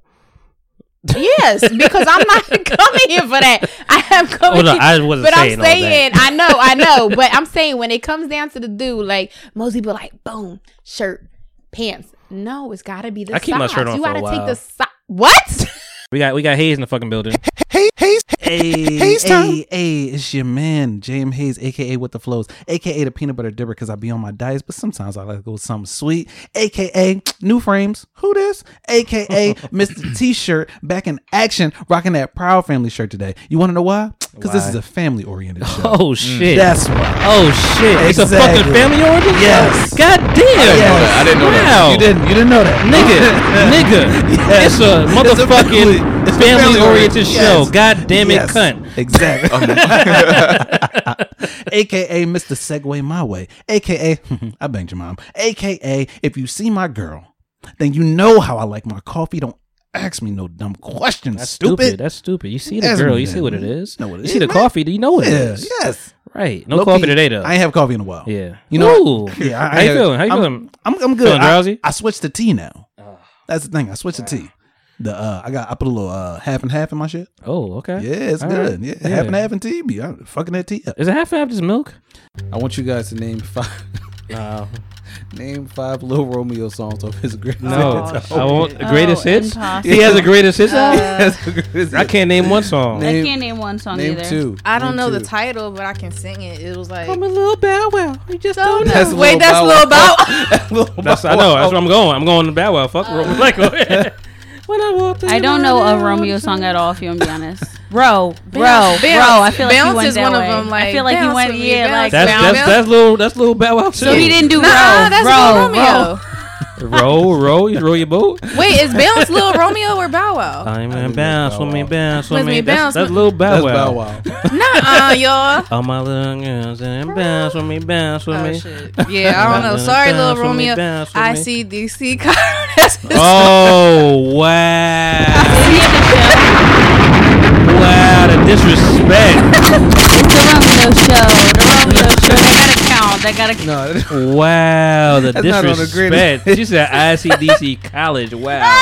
[SPEAKER 12] Yes,
[SPEAKER 3] *laughs*
[SPEAKER 12] because I'm not *laughs* coming here for that. I am coming.
[SPEAKER 3] Oh, no,
[SPEAKER 12] here-
[SPEAKER 3] I wasn't
[SPEAKER 12] but
[SPEAKER 3] saying
[SPEAKER 12] I'm
[SPEAKER 3] all that.
[SPEAKER 12] saying I know, I know,
[SPEAKER 15] *laughs*
[SPEAKER 12] but I'm saying when it comes down to the dude, like most people, like boom, shirt, pants. No, it's got to be the.
[SPEAKER 3] I keep my
[SPEAKER 12] socks.
[SPEAKER 3] shirt on
[SPEAKER 12] You
[SPEAKER 3] for a
[SPEAKER 12] gotta take
[SPEAKER 3] while.
[SPEAKER 12] the sock. What?
[SPEAKER 3] We got we got Hayes in the fucking building.
[SPEAKER 1] Hey, Hayes,
[SPEAKER 3] Hey,
[SPEAKER 1] Hayes,
[SPEAKER 3] hey,
[SPEAKER 1] time. Hey, it's your man, JM Hayes, aka with the flows, aka the peanut butter dipper, because I be on my diets, but sometimes I like to go with something sweet, aka new frames. Who this?
[SPEAKER 6] *laughs*
[SPEAKER 1] Aka Mr. T shirt back in action, rocking that Proud Family shirt today. You want to know why? Because this
[SPEAKER 3] Why?
[SPEAKER 1] is a family oriented show.
[SPEAKER 3] Oh shit!
[SPEAKER 1] That's why.
[SPEAKER 3] Oh shit! It's a fucking
[SPEAKER 1] Exactly.
[SPEAKER 3] family origin.
[SPEAKER 1] Yes.
[SPEAKER 3] God damn.
[SPEAKER 1] Yes. I didn't know that.
[SPEAKER 3] Wow.
[SPEAKER 1] You didn't. You didn't know that, *laughs*
[SPEAKER 3] nigga. Nigga. It's a motherfucking
[SPEAKER 1] it's a
[SPEAKER 3] family
[SPEAKER 1] family-oriented-
[SPEAKER 3] oriented show.
[SPEAKER 1] yes.
[SPEAKER 3] God damn it,
[SPEAKER 1] Yes. *laughs*
[SPEAKER 3] cunt.
[SPEAKER 1] Exactly. Oh,
[SPEAKER 3] *laughs*
[SPEAKER 1] AKA Mr. Segway My Way. AKA *laughs* I banged your mom. AKA if you see my girl, then you know how I like my coffee. Don't ask me no dumb questions.
[SPEAKER 3] That's
[SPEAKER 1] stupid.
[SPEAKER 3] stupid. That's stupid. You see the
[SPEAKER 1] Ask
[SPEAKER 3] girl,
[SPEAKER 1] me
[SPEAKER 3] you
[SPEAKER 1] that.
[SPEAKER 3] see what it is.
[SPEAKER 1] Know what it
[SPEAKER 3] you
[SPEAKER 1] is,
[SPEAKER 3] see the
[SPEAKER 1] man.
[SPEAKER 3] coffee, do you know what it
[SPEAKER 1] Yeah,
[SPEAKER 3] is?
[SPEAKER 1] yes.
[SPEAKER 3] Right. No
[SPEAKER 1] Low
[SPEAKER 3] coffee
[SPEAKER 1] key,
[SPEAKER 3] today though.
[SPEAKER 1] I ain't have coffee in a while.
[SPEAKER 3] Yeah.
[SPEAKER 1] You know.
[SPEAKER 3] Ooh.
[SPEAKER 1] Yeah. I,
[SPEAKER 3] How you feeling? How you
[SPEAKER 1] I'm,
[SPEAKER 3] feeling?
[SPEAKER 1] I'm, I'm good.
[SPEAKER 3] Feeling
[SPEAKER 1] I-
[SPEAKER 3] drowsy?
[SPEAKER 1] I, switched to tea now.
[SPEAKER 3] Ah.
[SPEAKER 1] That's the thing. I switched to tea. The uh, I got I put a little uh, half and half in my shit.
[SPEAKER 3] Oh, okay.
[SPEAKER 1] Yeah, it's
[SPEAKER 3] All
[SPEAKER 1] good.
[SPEAKER 3] right.
[SPEAKER 1] Yeah, half and
[SPEAKER 3] Yeah.
[SPEAKER 1] half in tea. Be I'm fucking that tea up.
[SPEAKER 3] Is it half and half just milk?
[SPEAKER 6] I want you guys to name five. *laughs* Name five Lil Romeo songs off his greatest
[SPEAKER 3] No.
[SPEAKER 6] hits.
[SPEAKER 3] I want the greatest
[SPEAKER 6] Oh,
[SPEAKER 3] hits.
[SPEAKER 6] impossible.
[SPEAKER 3] *laughs* He has a greatest hits
[SPEAKER 14] Oh.
[SPEAKER 6] Uh,
[SPEAKER 3] album?
[SPEAKER 6] *laughs*
[SPEAKER 3] I can't name one song.
[SPEAKER 6] Name-
[SPEAKER 14] I can't name one song
[SPEAKER 6] name
[SPEAKER 14] either.
[SPEAKER 6] two.
[SPEAKER 14] I don't
[SPEAKER 6] Name
[SPEAKER 14] know the
[SPEAKER 6] two.
[SPEAKER 14] title, but I can sing it. It was like
[SPEAKER 6] I'm
[SPEAKER 14] a little bow wow. You just don't,
[SPEAKER 6] That's
[SPEAKER 14] know.
[SPEAKER 6] Lil
[SPEAKER 14] Wait, that's
[SPEAKER 6] Bow
[SPEAKER 14] little bow.
[SPEAKER 3] That's I know. That's where I'm going. I'm going to Bow Wow. Fuck
[SPEAKER 14] Uh,
[SPEAKER 3] Romeo. Like,
[SPEAKER 14] When I walked I don't know a Romeo song at all. If you, I'm be *laughs* honest, bro, bro,
[SPEAKER 3] Bounce.
[SPEAKER 14] bro. I feel like
[SPEAKER 3] Bounce
[SPEAKER 14] he went
[SPEAKER 3] is
[SPEAKER 14] that
[SPEAKER 3] one of
[SPEAKER 14] way.
[SPEAKER 3] them,
[SPEAKER 14] I
[SPEAKER 3] like,
[SPEAKER 14] feel like he
[SPEAKER 3] bounce
[SPEAKER 14] went.
[SPEAKER 3] with me,
[SPEAKER 14] Yeah,
[SPEAKER 3] that's
[SPEAKER 14] like
[SPEAKER 3] that's that's little that's little Bow Wow.
[SPEAKER 14] So he didn't do Nah, row, that's row, Lil Romeo. Oh. row.
[SPEAKER 3] row, row, you row your boat.
[SPEAKER 14] Wait, is bounce *laughs* little Romeo or Bow Wow?
[SPEAKER 3] I'm gonna bounce with me, bounce with
[SPEAKER 14] With
[SPEAKER 3] me.
[SPEAKER 14] me,
[SPEAKER 3] That's
[SPEAKER 14] bounce
[SPEAKER 3] that's
[SPEAKER 14] with-
[SPEAKER 3] little Bow
[SPEAKER 6] That's
[SPEAKER 3] Wow.
[SPEAKER 6] Bow
[SPEAKER 14] Nah, y'all.
[SPEAKER 3] All my little girls and bounce with me, bounce with
[SPEAKER 14] Oh,
[SPEAKER 3] me.
[SPEAKER 14] Yeah, I don't know.
[SPEAKER 3] Bounce
[SPEAKER 14] Sorry,
[SPEAKER 3] with
[SPEAKER 14] little
[SPEAKER 3] me,
[SPEAKER 14] Romeo.
[SPEAKER 3] bounce with
[SPEAKER 14] I
[SPEAKER 3] me.
[SPEAKER 14] see DC. That's his
[SPEAKER 3] *laughs* Oh wow! wow, the disrespect.
[SPEAKER 14] Romeo show. The Romeo show. They gotta count. I gotta.
[SPEAKER 3] No. Wow, the
[SPEAKER 6] That's not on the grid.
[SPEAKER 3] disrespect. She said ICDC college. Wow.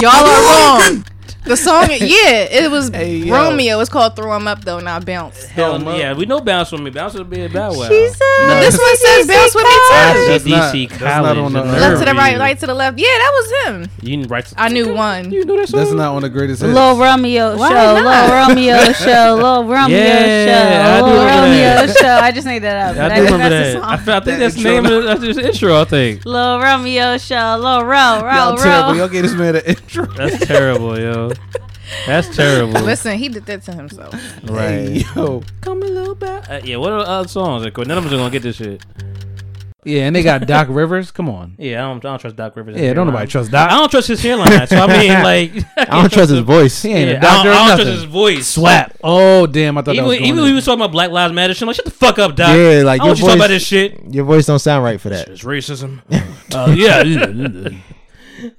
[SPEAKER 12] Y'all are wrong. *laughs*
[SPEAKER 3] *laughs*
[SPEAKER 12] The song, yeah, it was Romeo. It's called "Throw 'Em Up," though, not "Bounce."
[SPEAKER 3] Hell yeah, we know bounce with me. Bounce would be a bow wow.
[SPEAKER 12] She said- But this one says bounce with me too.
[SPEAKER 3] That's
[SPEAKER 6] not-
[SPEAKER 3] DC
[SPEAKER 6] that's
[SPEAKER 3] college.
[SPEAKER 6] not on the-
[SPEAKER 3] nerve
[SPEAKER 12] Left to the
[SPEAKER 3] of
[SPEAKER 12] right,
[SPEAKER 3] you.
[SPEAKER 12] right to the left. Yeah, that was him.
[SPEAKER 3] You didn't *laughs* write.
[SPEAKER 12] I knew one.
[SPEAKER 3] You know that
[SPEAKER 6] That's not on the greatest hits.
[SPEAKER 14] Little Romeo
[SPEAKER 12] Why
[SPEAKER 14] show,
[SPEAKER 12] not? *laughs*
[SPEAKER 14] Little Romeo show, Little Romeo
[SPEAKER 3] Yeah, I
[SPEAKER 14] show,
[SPEAKER 3] do
[SPEAKER 14] Little
[SPEAKER 3] remember
[SPEAKER 14] Romeo
[SPEAKER 3] that.
[SPEAKER 14] show. I just made that up.
[SPEAKER 3] I
[SPEAKER 14] but
[SPEAKER 3] do
[SPEAKER 14] think
[SPEAKER 3] remember
[SPEAKER 14] that's the
[SPEAKER 3] that.
[SPEAKER 14] song.
[SPEAKER 3] I, feel- I think that's the name of the, that's just the intro. I think.
[SPEAKER 14] Little Romeo show, Little Ro, Ro,
[SPEAKER 6] Y'all terrible.
[SPEAKER 14] Ro.
[SPEAKER 6] Y'all gave this man an intro.
[SPEAKER 3] That's terrible, yo. That's terrible.
[SPEAKER 12] *laughs* Listen, he did that to himself.
[SPEAKER 3] Right.
[SPEAKER 6] Yo.
[SPEAKER 3] Come a little bit. Uh, yeah. What are the other songs? Like, none of us are gonna get this shit.
[SPEAKER 1] Yeah, and they got Doc Rivers. Come on.
[SPEAKER 3] Yeah, I don't, I don't trust Doc Rivers.
[SPEAKER 1] Yeah, don't nobody
[SPEAKER 3] *laughs*
[SPEAKER 1] trust Doc.
[SPEAKER 3] I don't trust his hairline. So I
[SPEAKER 16] *laughs*
[SPEAKER 3] mean, like, *laughs*
[SPEAKER 1] I don't trust his voice. He ain't
[SPEAKER 3] Yeah,
[SPEAKER 1] a doctor.
[SPEAKER 3] I don't, I
[SPEAKER 1] or
[SPEAKER 3] don't
[SPEAKER 1] nothing.
[SPEAKER 3] trust his voice.
[SPEAKER 1] Slap. Oh damn! I thought
[SPEAKER 3] Even,
[SPEAKER 1] that was
[SPEAKER 3] even
[SPEAKER 1] going
[SPEAKER 3] when he was talking about Black Lives Matter, shit, I'm like, shut the fuck up, Doc.
[SPEAKER 16] yeah, like your
[SPEAKER 3] I don't want you
[SPEAKER 16] voice,
[SPEAKER 3] talking about this shit.
[SPEAKER 16] Your voice don't sound right for that.
[SPEAKER 3] It's racism. *laughs* uh, yeah. yeah.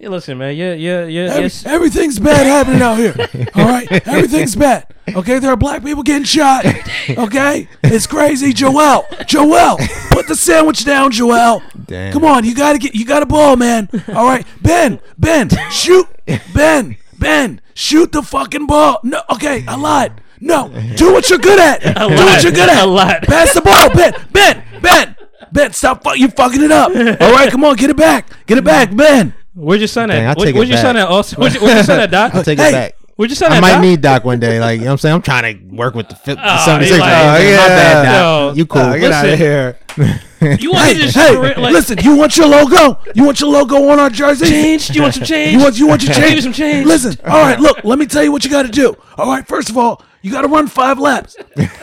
[SPEAKER 3] Listen, man. Yeah, yeah, yeah.
[SPEAKER 6] Every-
[SPEAKER 3] yes.
[SPEAKER 6] Everything's bad happening
[SPEAKER 3] *laughs*
[SPEAKER 6] out here. All right, everything's bad. Okay, there are black people getting shot. Okay, it's crazy. Joel, Joel, put the sandwich down, Joel.
[SPEAKER 16] Damn.
[SPEAKER 6] Come on, you gotta get, you got to ball, man. All right, Ben, Ben, shoot, Ben, Ben, shoot the fucking ball. No, okay, I lied. No, do what you're good at. do
[SPEAKER 3] lied.
[SPEAKER 6] what you're good at.
[SPEAKER 3] I lied.
[SPEAKER 6] Pass the ball, Ben, Ben, Ben, Ben. Stop, fuck, you fucking it up. All right, come on, get it back, get it back, Ben.
[SPEAKER 3] Where's your son
[SPEAKER 16] Dang, I'll
[SPEAKER 3] at? Where,
[SPEAKER 16] take it
[SPEAKER 3] where's your
[SPEAKER 16] back.
[SPEAKER 3] son at? Also, where's your, where's your son
[SPEAKER 16] *laughs*
[SPEAKER 3] at, Doc?
[SPEAKER 16] I'll take
[SPEAKER 3] Hey,
[SPEAKER 16] it back.
[SPEAKER 3] Where's your son
[SPEAKER 16] I
[SPEAKER 3] at,
[SPEAKER 16] might
[SPEAKER 3] Doc?
[SPEAKER 16] need Doc one day. Like, you know what I'm saying? I'm trying to work with the, fif- the
[SPEAKER 3] Oh,
[SPEAKER 16] 76.
[SPEAKER 3] he
[SPEAKER 16] Like,
[SPEAKER 3] like-
[SPEAKER 16] oh, yeah. My bad, Doc.
[SPEAKER 3] Yo,
[SPEAKER 16] you cool.
[SPEAKER 3] uh, get outta listen.
[SPEAKER 16] here.
[SPEAKER 3] *laughs* You want
[SPEAKER 16] *laughs*
[SPEAKER 3] me to just
[SPEAKER 6] hey,
[SPEAKER 3] re- like-
[SPEAKER 6] listen, you want your logo? You want your logo on our jersey?
[SPEAKER 3] Change? You want some change?
[SPEAKER 6] *laughs* You want you want your
[SPEAKER 3] I'll give
[SPEAKER 6] change?
[SPEAKER 3] you some change. *laughs*
[SPEAKER 6] Listen, all right, look, let me tell you what you got to do. All right, first of all, you got to run five laps,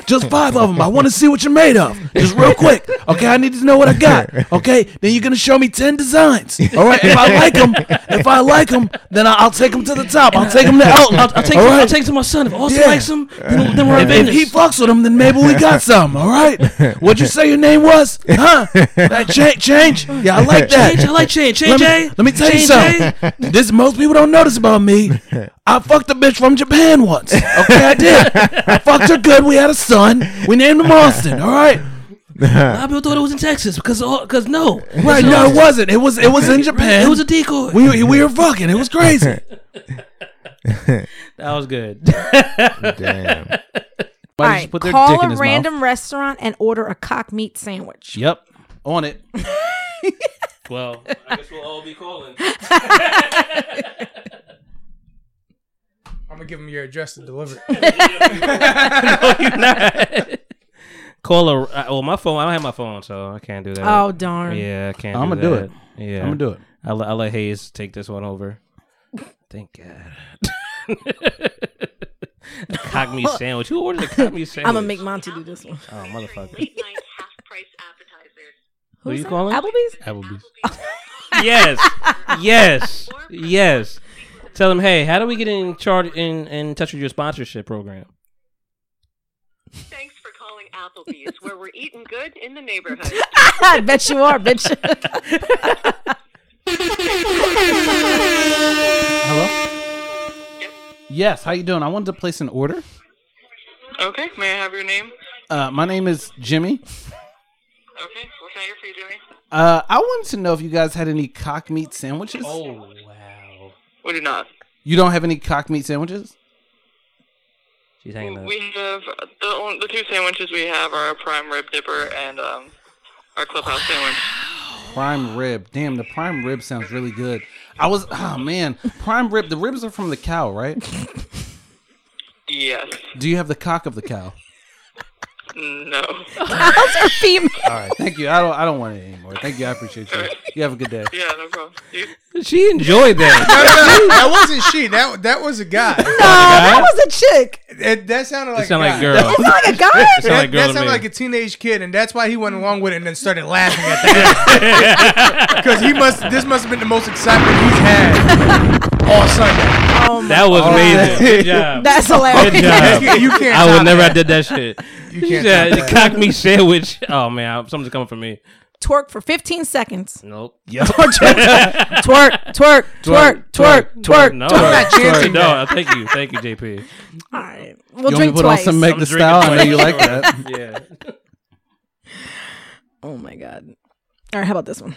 [SPEAKER 6] just five of them. I want to see what you're made of, just real quick. Okay, I need to know what I got. Okay, then you're gonna show me ten designs. All right, if I like them, if I like them, then I- I'll take them to the top. I'll take them to Elton.
[SPEAKER 3] I'll, I'll take.
[SPEAKER 6] All
[SPEAKER 3] some- I'll
[SPEAKER 6] right?
[SPEAKER 3] take some of my son. If Austin
[SPEAKER 6] Yeah.
[SPEAKER 3] likes him, then, then we're in
[SPEAKER 6] If- if
[SPEAKER 3] business.
[SPEAKER 6] he fucks with them, then maybe we *laughs* got some. All right. What'd you say your name was? Huh? That change, change. Yeah, I like that.
[SPEAKER 3] Change, I like change. Change,
[SPEAKER 6] Let me,
[SPEAKER 3] eh?
[SPEAKER 6] let me tell you
[SPEAKER 3] Change, eh?
[SPEAKER 6] something. This most people don't notice about me. I fucked a bitch from Japan once. Okay, I did. I fucked her good. We had a son. We named him Austin. All right.
[SPEAKER 3] I thought it was in Texas because because no,
[SPEAKER 6] Right?
[SPEAKER 3] It's
[SPEAKER 6] No,
[SPEAKER 3] all-
[SPEAKER 6] it wasn't. It was. It was in Japan.
[SPEAKER 3] It was a decoy.
[SPEAKER 6] We we were fucking. It was crazy.
[SPEAKER 3] That was
[SPEAKER 1] *laughs*
[SPEAKER 3] good.
[SPEAKER 4] *laughs*
[SPEAKER 6] Damn.
[SPEAKER 1] Might
[SPEAKER 17] All
[SPEAKER 1] as
[SPEAKER 17] right,
[SPEAKER 1] just put their dick
[SPEAKER 17] call
[SPEAKER 1] in
[SPEAKER 17] a
[SPEAKER 1] his
[SPEAKER 17] random restaurant and order a cock meat sandwich.
[SPEAKER 1] Yep. On
[SPEAKER 17] *laughs*
[SPEAKER 1] it.
[SPEAKER 3] Well, I guess we'll all be calling.
[SPEAKER 11] I'm gonna give him your address to deliver.
[SPEAKER 3] *laughs* no, you're
[SPEAKER 11] *laughs*
[SPEAKER 3] not. *laughs* Call a. I- Well, my phone. I don't have my phone, so I can't do that.
[SPEAKER 17] Oh, darn.
[SPEAKER 3] Yeah, I can't.
[SPEAKER 1] I'ma
[SPEAKER 3] do
[SPEAKER 1] do
[SPEAKER 3] that.
[SPEAKER 1] it.
[SPEAKER 3] Yeah,
[SPEAKER 1] I'ma do it.
[SPEAKER 3] I'll, let- I'll let Hayes take this one over. Thank God. *laughs* a cock meat sandwich. Who ordered a cock meat
[SPEAKER 17] *laughs*
[SPEAKER 3] sandwich?
[SPEAKER 17] I'm gonna make Monty do this one.
[SPEAKER 3] Oh, motherfucker. Who are
[SPEAKER 17] Who's
[SPEAKER 3] you
[SPEAKER 17] that?
[SPEAKER 3] calling?
[SPEAKER 17] Applebee's?
[SPEAKER 3] Applebee's. yes. Yes. Yes. Tell them, hey, how do we get in charge in, in touch with your sponsorship program?
[SPEAKER 18] Applebee's, where we're eating good in the neighborhood.
[SPEAKER 17] *laughs* I
[SPEAKER 4] *laughs*
[SPEAKER 17] bet you are, bitch.
[SPEAKER 1] Hello. *laughs* Yes. How you doing? I wanted to place an order.
[SPEAKER 18] okay, may I have your name?
[SPEAKER 1] Uh, my name is Jimmy.
[SPEAKER 18] Okay, what can I hear for you, Jimmy?
[SPEAKER 1] Uh, I wanted to know if you guys had any cock meat sandwiches.
[SPEAKER 3] Oh.
[SPEAKER 18] We do not.
[SPEAKER 1] You don't have any cock meat sandwiches?
[SPEAKER 3] She's hanging
[SPEAKER 18] We have the on- the two sandwiches we have are a prime rib dipper and um our clubhouse sandwich.
[SPEAKER 1] Prime rib. Damn, the prime rib sounds really good. I was oh man, prime rib. The ribs are from the cow, right?
[SPEAKER 18] Yes.
[SPEAKER 1] Do you have the cock of the cow?
[SPEAKER 18] No.
[SPEAKER 1] Cows are female. All right, thank you. I don't. I don't want it anymore. Thank you. I appreciate you. You have a good day.
[SPEAKER 18] Yeah, no problem.
[SPEAKER 3] She enjoyed that. *laughs*
[SPEAKER 11] that wasn't she. That that was a guy. No, that
[SPEAKER 17] was a chick.
[SPEAKER 11] It, that sounded like
[SPEAKER 3] sounded
[SPEAKER 11] a
[SPEAKER 3] like
[SPEAKER 11] guy.
[SPEAKER 3] girl. That sounded like a guy? It
[SPEAKER 11] That,
[SPEAKER 3] sounded like girl
[SPEAKER 11] that
[SPEAKER 3] to
[SPEAKER 11] sounded
[SPEAKER 3] me.
[SPEAKER 11] like a teenage kid, and that's why he went along with it and then started laughing
[SPEAKER 3] *laughs*
[SPEAKER 11] at that. Because he must. This must have been the most excitement he's had all Sunday.
[SPEAKER 3] That was amazing. Good job.
[SPEAKER 17] That's hilarious.
[SPEAKER 3] Good job.
[SPEAKER 11] You can't
[SPEAKER 3] I
[SPEAKER 11] top
[SPEAKER 3] would never
[SPEAKER 11] that.
[SPEAKER 3] have did that shit.
[SPEAKER 11] You
[SPEAKER 3] She
[SPEAKER 11] can't
[SPEAKER 3] said,
[SPEAKER 11] top that.
[SPEAKER 3] cock meat sandwich. Oh man, I- something's coming for me.
[SPEAKER 17] twerk for 15 seconds.
[SPEAKER 3] Nope.
[SPEAKER 4] *laughs*
[SPEAKER 3] *laughs*
[SPEAKER 17] twerk, twerk, twerk, twerk, twerk, twerk.
[SPEAKER 3] No,
[SPEAKER 17] twerk. I'm not chanting
[SPEAKER 3] no,
[SPEAKER 17] that.
[SPEAKER 3] thank you, thank you, JP.
[SPEAKER 17] All right,
[SPEAKER 1] You want me to put on some Meg
[SPEAKER 3] I'm
[SPEAKER 1] Thee
[SPEAKER 3] drinking
[SPEAKER 1] Stallion? I know
[SPEAKER 3] twice.
[SPEAKER 1] you like that.
[SPEAKER 3] *laughs* yeah.
[SPEAKER 4] *laughs*
[SPEAKER 17] Oh my god. All right, how about this one?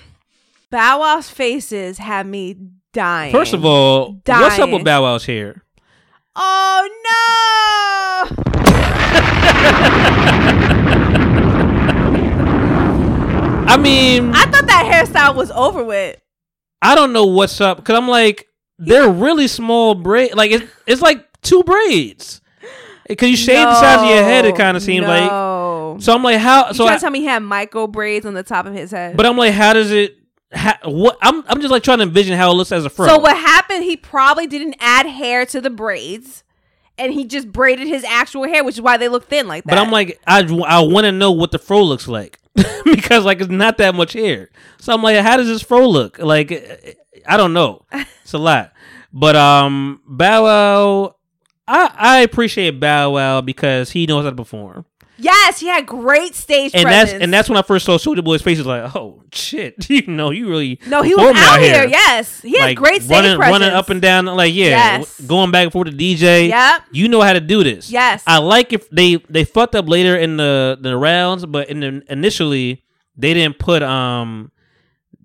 [SPEAKER 19] Bow Wow's faces had me dying.
[SPEAKER 3] First of all, what's up with Bow Wow's hair?
[SPEAKER 19] Oh *laughs*
[SPEAKER 3] I mean,
[SPEAKER 19] no! I thought that hairstyle was over with.
[SPEAKER 3] I don't know what's up because I'm like they're really small braid. Like it, it's like two braids. Because you shave the sides of your head, it kind of seems like. So I'm like, how?
[SPEAKER 19] You
[SPEAKER 3] So
[SPEAKER 19] trying
[SPEAKER 3] I,
[SPEAKER 19] to tell me he had micro braids on the top of his head?
[SPEAKER 3] but I'm like, how does it? How, what? I'm I'm just like trying to envision how it looks as a fro.
[SPEAKER 19] So what happened? He probably didn't add hair to the braids, and he just braided his actual hair, which is why they look thin like that.
[SPEAKER 3] But I'm like, I I want to know what the fro looks like *laughs* because like it's not that much hair. So I'm like, how does this fro look? Like, eh, I don't
[SPEAKER 19] *laughs*
[SPEAKER 3] know. It's a lot. But um, Bow Wow, I I appreciate Bow Wow because he knows how to perform.
[SPEAKER 19] yes, he had great stage
[SPEAKER 3] and
[SPEAKER 19] presence.
[SPEAKER 3] that's and that's when I first saw Soldier Boy's face. Is like, oh *laughs* shit, you know, you really
[SPEAKER 19] no, he was
[SPEAKER 3] performing
[SPEAKER 19] out here. Yes, he had
[SPEAKER 3] Like,
[SPEAKER 19] great stage
[SPEAKER 3] running,
[SPEAKER 19] presence.
[SPEAKER 3] running up and down, like yeah,
[SPEAKER 19] Yes.
[SPEAKER 3] w- going back and forth to DJ.
[SPEAKER 19] Yep.
[SPEAKER 3] you know how to do this.
[SPEAKER 19] Yes.
[SPEAKER 3] I like if they they fucked up later in the the rounds, but in the, initially they didn't put um,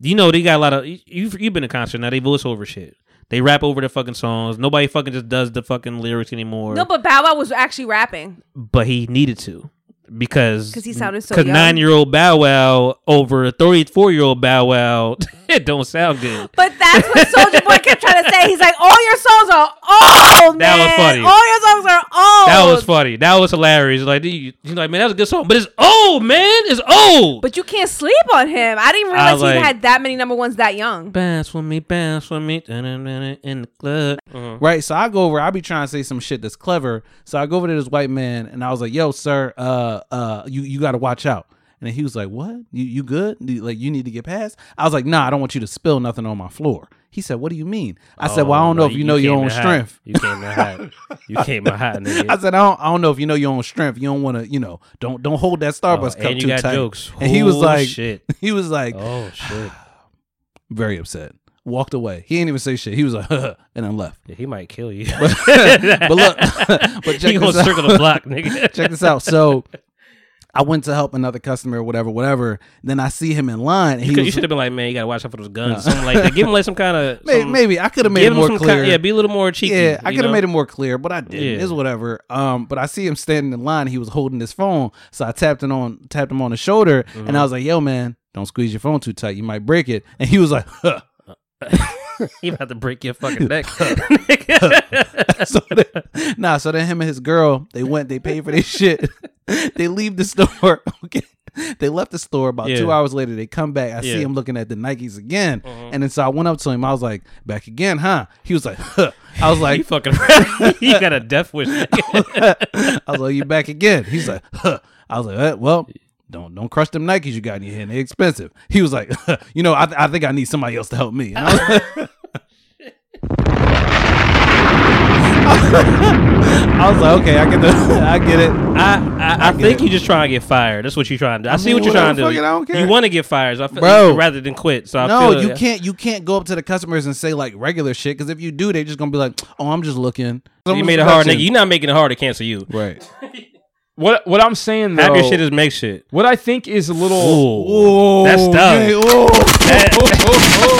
[SPEAKER 3] you know, they got a lot of you you've you've been to concert now. They voice over shit. They rap over the fucking songs. Nobody fucking just does the fucking lyrics anymore.
[SPEAKER 19] no, but Bow Wow was actually rapping.
[SPEAKER 3] but he needed to because
[SPEAKER 19] 'Cause he sounded so young.
[SPEAKER 3] nine year old Bow Wow over thirty four year old Bow Wow *laughs* it don't sound good.
[SPEAKER 19] But that's what Soldier Boy kept trying to say. He's like, all your songs are old, man.
[SPEAKER 3] That was funny.
[SPEAKER 19] All your songs are old.
[SPEAKER 3] That was funny. That was hilarious. Like you, you like man, that was a good song, but it's old, man. It's old.
[SPEAKER 19] But you can't sleep on him. I didn't
[SPEAKER 3] I
[SPEAKER 19] realize he
[SPEAKER 3] like-
[SPEAKER 19] had that many number ones that young.
[SPEAKER 3] Bounce with me, bounce with me, da-da-da-da, in the club.
[SPEAKER 1] Right. So I go over, I be trying to say some shit that's clever. So I go over to this white man and I was like, yo, sir, uh, uh, you, you gotta watch out. And he was like, What? You you good? Do you- like you need to get past? I was like, nah, I don't want you to spill nothing on my floor. He said, What do you mean? I said,
[SPEAKER 3] Oh,
[SPEAKER 1] Well, I don't know
[SPEAKER 3] no,
[SPEAKER 1] if you, know your
[SPEAKER 3] came
[SPEAKER 1] own
[SPEAKER 3] in hot.
[SPEAKER 1] strength.
[SPEAKER 3] You came in hot. You came
[SPEAKER 1] *laughs*
[SPEAKER 3] in hot, nigga.
[SPEAKER 1] I said, I don't, I don't know if you know your own strength. You don't want to, you know, don't don't hold that Starbucks
[SPEAKER 3] Oh, and
[SPEAKER 1] cup
[SPEAKER 3] you
[SPEAKER 1] too
[SPEAKER 3] got
[SPEAKER 1] tight.
[SPEAKER 3] jokes.
[SPEAKER 1] And he was
[SPEAKER 3] Oh,
[SPEAKER 1] like,
[SPEAKER 3] shit.
[SPEAKER 1] *laughs* he was like,
[SPEAKER 3] oh shit,
[SPEAKER 1] *sighs* very upset. Walked away. He didn't even say shit. He was like, *laughs* and then left.
[SPEAKER 3] he might kill you. *laughs*
[SPEAKER 1] But, *laughs* but look, *laughs* but check
[SPEAKER 3] He gonna
[SPEAKER 1] this out.
[SPEAKER 3] circle
[SPEAKER 1] *laughs*
[SPEAKER 3] the block, nigga.
[SPEAKER 1] check this out. So. I went to help another customer, or whatever, whatever. Then I see him in line. And
[SPEAKER 3] You,
[SPEAKER 1] he
[SPEAKER 3] could- you
[SPEAKER 1] was-
[SPEAKER 3] should have been like, man, you gotta watch out for those guns.
[SPEAKER 1] No.
[SPEAKER 3] Something like that. Give him like some kind
[SPEAKER 1] *laughs*
[SPEAKER 3] of
[SPEAKER 1] May- maybe I could have made it more clear.
[SPEAKER 3] yeah, be a little more cheeky.
[SPEAKER 1] Yeah, I
[SPEAKER 3] you
[SPEAKER 1] could have
[SPEAKER 3] know?
[SPEAKER 1] made it more clear, but I didn't.
[SPEAKER 3] Yeah.
[SPEAKER 1] It's whatever. Um, but I see him standing in line. He was holding his phone, so I tapped him on tapped him on the shoulder, and I was like, "Yo, man, don't squeeze your phone too tight. You might break it." And he was like, *laughs* huh.
[SPEAKER 3] *laughs* You about to break your
[SPEAKER 1] *laughs*
[SPEAKER 3] fucking neck. *laughs*
[SPEAKER 1] so then, nah, so then him and his girl, they went, they paid for their shit. *laughs* they leave the store. *laughs* Okay. They left the store about
[SPEAKER 6] Yeah.
[SPEAKER 1] two hours later. They come back. I
[SPEAKER 6] Yeah.
[SPEAKER 1] see him looking at the Nikes again.
[SPEAKER 3] Uh-huh.
[SPEAKER 1] And then so I went up to him. I was like, back again, huh? He was like, *laughs* huh. I was like,
[SPEAKER 3] *laughs* You fucking you got a death wish.
[SPEAKER 1] *laughs* I was like, you back again. He's like, huh. I was like, eh, well, don't don't crush them Nikes you got in your hand. They're expensive. He was like, huh, you know, I, I think I need somebody else to help me. And I was *laughs*
[SPEAKER 3] *laughs*
[SPEAKER 1] *laughs* I was like, okay, I get the, *laughs* I get it.
[SPEAKER 3] I, I, I, think you just trying to get fired. That's what you're trying to do. I,
[SPEAKER 1] I
[SPEAKER 3] see
[SPEAKER 1] mean,
[SPEAKER 3] what you're trying
[SPEAKER 1] whatever,
[SPEAKER 3] to do.
[SPEAKER 1] fuck it, I don't care.
[SPEAKER 3] You want to get fired, so I feel,
[SPEAKER 1] Bro.
[SPEAKER 3] rather than quit. So I
[SPEAKER 1] no,
[SPEAKER 3] feel,
[SPEAKER 1] you can't. You can't go up to the customers and say like regular shit because if you do, they just gonna be like, "Oh, I'm just looking."
[SPEAKER 3] You made it hard, nigga. You're not making it hard to cancel you. *laughs*
[SPEAKER 1] Right.
[SPEAKER 20] What what I'm saying though,
[SPEAKER 3] Half your shit is make shit.
[SPEAKER 20] What I think is a little
[SPEAKER 3] Ooh. That's tough. yeah,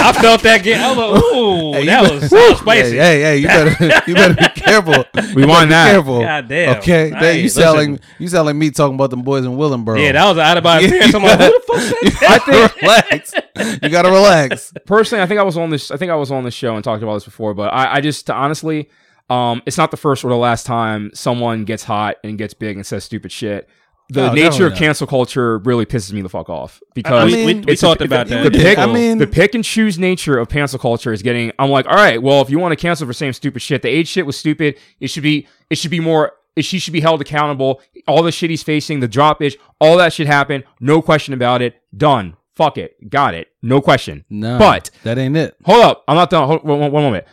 [SPEAKER 3] I felt that get. I was like, ooh, that was, that was spicy.
[SPEAKER 1] *laughs* Hey, hey, hey, you
[SPEAKER 3] *laughs*
[SPEAKER 1] better, *laughs* you better be careful.
[SPEAKER 3] We
[SPEAKER 1] You better be
[SPEAKER 3] want that.
[SPEAKER 1] Careful.
[SPEAKER 3] God damn.
[SPEAKER 1] Okay,
[SPEAKER 3] Hey,
[SPEAKER 1] that- you
[SPEAKER 3] listen.
[SPEAKER 1] selling, you selling me talking about them boys in Willenboro.
[SPEAKER 3] *laughs* Yeah, that was an out of body experience. I'm like, who the fuck
[SPEAKER 1] *laughs*
[SPEAKER 3] *laughs* said that?
[SPEAKER 1] relax. You gotta relax.
[SPEAKER 20] Personally, I think I was on this. I think I was on this show and talked about this before, but I, I just honestly, um, it's not the first or the last time someone gets hot and gets big and says stupid shit. The
[SPEAKER 3] No,
[SPEAKER 20] nature
[SPEAKER 3] Oh, definitely
[SPEAKER 20] of
[SPEAKER 3] not.
[SPEAKER 20] cancel culture really pisses me the fuck off
[SPEAKER 3] I
[SPEAKER 20] because
[SPEAKER 3] mean, we- we
[SPEAKER 20] it's a-
[SPEAKER 3] talked about
[SPEAKER 20] the,
[SPEAKER 3] that.
[SPEAKER 20] The pick,
[SPEAKER 3] I mean-
[SPEAKER 20] the pick and choose nature of cancel culture is getting. I'm like, all right, well, if you want to cancel for saying stupid shit, the age shit was stupid. It should be. It should be more. It, she should be held accountable. All the shit he's facing, the dropage, all that shit happened. No question about it. Done. Fuck it. Got it. No question.
[SPEAKER 1] No,
[SPEAKER 20] But
[SPEAKER 1] that ain't it.
[SPEAKER 20] Hold up. I'm not done. Hold, one, one- one moment.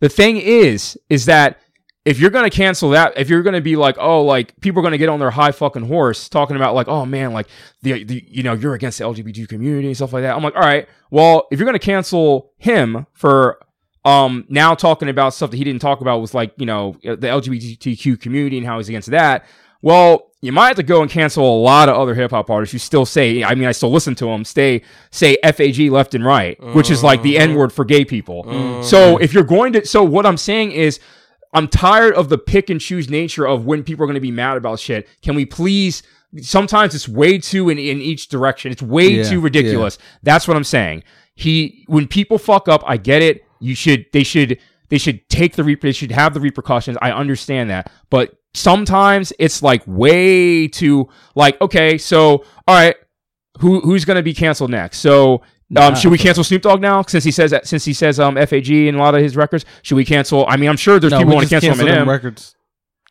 [SPEAKER 20] The thing is, is that if you're gonna cancel that, if you're gonna be like, oh, like people are gonna get on their high fucking horse talking about like, oh man, like the, the you know you're against the LGBT community and stuff like that. I'm like, all right, well, if you're gonna cancel him for um now talking about stuff that he didn't talk about was like you know the LGBTQ community and how he's against that. Well, you might have to go and cancel a lot of other hip hop artists. You still say, I mean, I still listen to them. Stay, say FAG left and right, which is like the N word for gay people.
[SPEAKER 21] Mm.
[SPEAKER 20] So if you're going to, so what I'm saying is, I'm tired of the pick and choose nature of when people are going to be mad about shit. Can we please? Sometimes it's way too in, in each direction. It's way
[SPEAKER 21] Yeah,
[SPEAKER 20] too ridiculous. That's what I'm saying. He, when people fuck up, I get it. You should, they should, they should take the, reper- they should have the repercussions. I understand that, but sometimes it's like way too, like, okay, so, all right, who, who's going to be canceled next? So, um, should we cancel Snoop Dogg now? Since he says that, since he says um FAG in a lot of his records, should we cancel? I mean, I'm sure there's
[SPEAKER 1] No,
[SPEAKER 20] people
[SPEAKER 1] we
[SPEAKER 20] want to
[SPEAKER 1] just
[SPEAKER 20] cancel
[SPEAKER 1] canceled them
[SPEAKER 20] Eminem
[SPEAKER 1] records.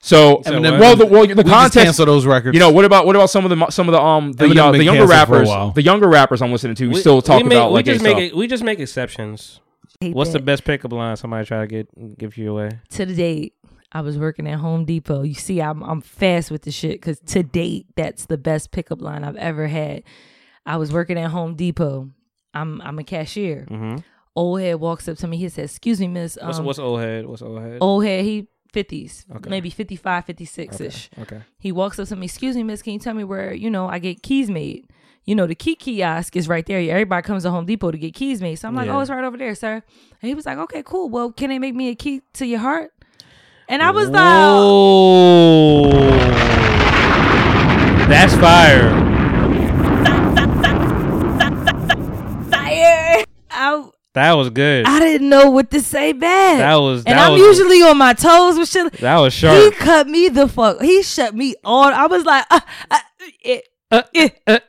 [SPEAKER 20] So,
[SPEAKER 1] So Eminem-
[SPEAKER 20] well, the, well,
[SPEAKER 1] we
[SPEAKER 20] the
[SPEAKER 1] just
[SPEAKER 20] context
[SPEAKER 1] cancel those records.
[SPEAKER 20] You know, what about what about some of the mo- some of the um the,
[SPEAKER 1] Eminem
[SPEAKER 20] uh,
[SPEAKER 1] been
[SPEAKER 20] the
[SPEAKER 1] canceled
[SPEAKER 20] younger
[SPEAKER 1] for a
[SPEAKER 20] rappers,
[SPEAKER 1] while.
[SPEAKER 20] the younger rappers I'm listening to who still talk
[SPEAKER 3] make-
[SPEAKER 20] about
[SPEAKER 3] we
[SPEAKER 20] like gay
[SPEAKER 3] just make
[SPEAKER 20] stuff.
[SPEAKER 3] it- we just make exceptions.
[SPEAKER 8] Hate
[SPEAKER 3] What's the
[SPEAKER 8] that.
[SPEAKER 3] best pickup line somebody try to get give you away?
[SPEAKER 8] to the date, I was working at Home Depot. You see, I'm I'm fast with the shit because to date, that's the best pickup line I've ever had. I was working at Home Depot. I'm I'm a cashier.
[SPEAKER 3] Mhm.
[SPEAKER 8] Old head walks up to me. He says, "Excuse me, miss." Um,
[SPEAKER 3] What's- what's old head? What's old head?
[SPEAKER 8] Old head. He 50s,
[SPEAKER 3] Okay.
[SPEAKER 8] maybe 55, 56 ish.
[SPEAKER 3] Okay, okay.
[SPEAKER 8] He walks up to me. Excuse me, miss. Can you tell me where you know I get keys made? You know the key kiosk is right there. Everybody comes to Home Depot to get keys made. So I'm like,
[SPEAKER 3] Yeah.
[SPEAKER 8] oh, it's right over there, sir. And he was like, okay, cool. Well, can they make me a key to your heart? And I was like,
[SPEAKER 3] Oh, that's fire!
[SPEAKER 8] fire. I,
[SPEAKER 3] That was good.
[SPEAKER 8] I didn't know what to say back.
[SPEAKER 3] That was-
[SPEAKER 8] and
[SPEAKER 3] that
[SPEAKER 8] I'm
[SPEAKER 3] was-
[SPEAKER 8] usually on my toes with shit.
[SPEAKER 3] That was
[SPEAKER 8] He
[SPEAKER 3] sharp.
[SPEAKER 8] cut me the fuck. He shut me on. I was like, uh, uh, eh, eh, uh,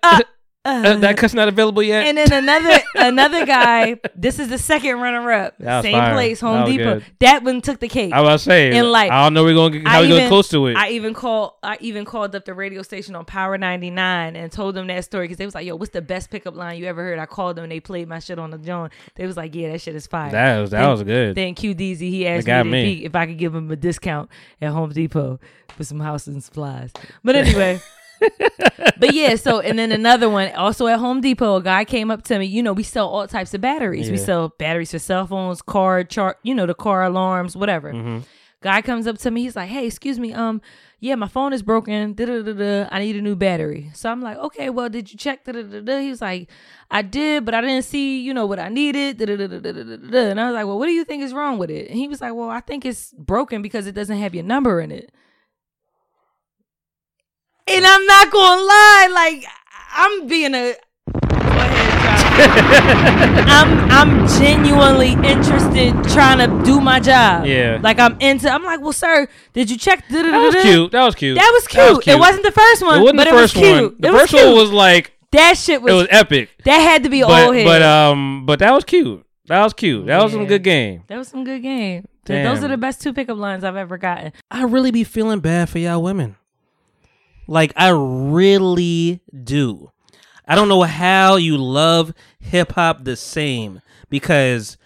[SPEAKER 3] Uh, that cut's not available yet.
[SPEAKER 8] and then another another guy. This is the second runner up.
[SPEAKER 3] That was
[SPEAKER 8] Same
[SPEAKER 3] fire.
[SPEAKER 8] place,
[SPEAKER 3] That
[SPEAKER 8] Home
[SPEAKER 3] was
[SPEAKER 8] Depot.
[SPEAKER 3] good.
[SPEAKER 8] That one took the cake.
[SPEAKER 3] I was about to say,
[SPEAKER 8] and like
[SPEAKER 3] I don't know we gonna get- how
[SPEAKER 8] I
[SPEAKER 3] we gonna
[SPEAKER 8] even-
[SPEAKER 3] close to it.
[SPEAKER 8] I even called. I even called up the radio station on Power ninety nine and told them that story because they was like, "Yo, what's the best pickup line you ever heard?" I called them and they played my shit on the joint. They was like, "Yeah, that shit is fire."
[SPEAKER 3] That was- that
[SPEAKER 8] Then-
[SPEAKER 3] was good.
[SPEAKER 8] Then QDZ he
[SPEAKER 3] It
[SPEAKER 8] asked
[SPEAKER 3] got
[SPEAKER 8] me,
[SPEAKER 3] me.
[SPEAKER 8] If, he, if I could give him a discount at Home Depot for some house and supplies.
[SPEAKER 3] *laughs*
[SPEAKER 8] But anyway. but yeah, so and then another one also at Home Depot, a guy came up to me. You know, we sell all types of batteries. We
[SPEAKER 3] Yeah.
[SPEAKER 8] sell batteries for cell phones, car chart, you know, the car alarms, whatever. Guy comes up to me, he's like, "Hey, excuse me, um, yeah, my phone is broken. Da da da da. I need a new battery." So I'm like, "Okay, well, did you check?" Da da da da. He was like, "I did, but I didn't see, you know, what I needed." Da da da da da
[SPEAKER 3] *laughs*
[SPEAKER 8] da da. da. And I was like, "Well, what do you think is wrong with it?" And he was like, "Well, I think it's broken because it doesn't have your number in it." And I'm not gonna lie, like I'm being a. I'm I'm genuinely interested trying to do my job.
[SPEAKER 3] Yeah.
[SPEAKER 8] Like I'm into. I'm like, well, sir, did you check? That
[SPEAKER 3] That was cute. That was cute.
[SPEAKER 8] That was cute. It wasn't the first one.
[SPEAKER 3] It wasn't
[SPEAKER 8] but
[SPEAKER 3] the
[SPEAKER 8] it was
[SPEAKER 3] first
[SPEAKER 8] cute.
[SPEAKER 3] one. The
[SPEAKER 8] it
[SPEAKER 3] first
[SPEAKER 8] was
[SPEAKER 3] one
[SPEAKER 8] cute.
[SPEAKER 3] was like
[SPEAKER 8] that shit was.
[SPEAKER 3] it was epic.
[SPEAKER 8] That had to be
[SPEAKER 3] but,
[SPEAKER 8] old head.
[SPEAKER 3] But um, but that was cute. That was cute. That was some
[SPEAKER 8] Yeah.
[SPEAKER 3] good game.
[SPEAKER 8] That was some good game. Th- Those
[SPEAKER 3] Damn.
[SPEAKER 8] are the best two pickup lines I've ever gotten.
[SPEAKER 3] I really be feeling bad for y'all women. Like I really do. I don't know how you love hip hop the same because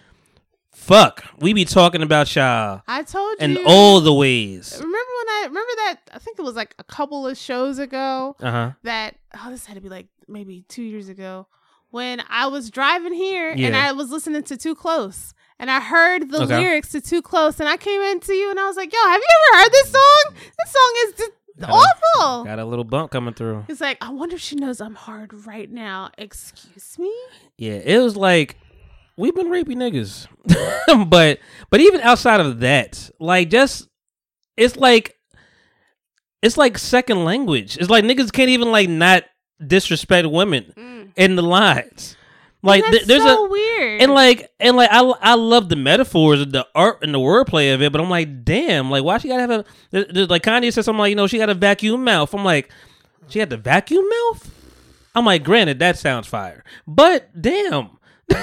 [SPEAKER 3] fuck, we be talking about y'all
[SPEAKER 13] I told
[SPEAKER 3] in
[SPEAKER 13] you.
[SPEAKER 3] all the ways.
[SPEAKER 13] Remember when I remember that? I think it was like a couple of shows ago.
[SPEAKER 3] Uh-huh.
[SPEAKER 13] That oh, this had to be like maybe two years ago when I was driving here and
[SPEAKER 3] Yeah.
[SPEAKER 13] I was listening to Too Close and I heard the
[SPEAKER 3] Okay.
[SPEAKER 13] lyrics to Too Close and I came into you and I was like, Yo, have you ever heard this song? This song is just
[SPEAKER 3] Got a-
[SPEAKER 13] awful.
[SPEAKER 3] Got a little bump coming through.
[SPEAKER 13] He's like, I wonder if she knows I'm hard right now. Excuse me.
[SPEAKER 3] Yeah, it was like we've been raping niggas, *laughs* but but even outside of that, like just it's like it's like second language. It's like niggas can't even like not disrespect women in the lines. Like
[SPEAKER 13] Mm. That's
[SPEAKER 3] th- there's
[SPEAKER 13] so
[SPEAKER 3] a
[SPEAKER 13] weird.
[SPEAKER 3] and like and like I I love the metaphors, and the art, and the wordplay of it. But I'm like, damn, like why she gotta have a th- th- like Kanye said something like you know she got a vacuum mouth. I'm like, she had the vacuum mouth. I'm like, granted that sounds fire, but damn, *laughs*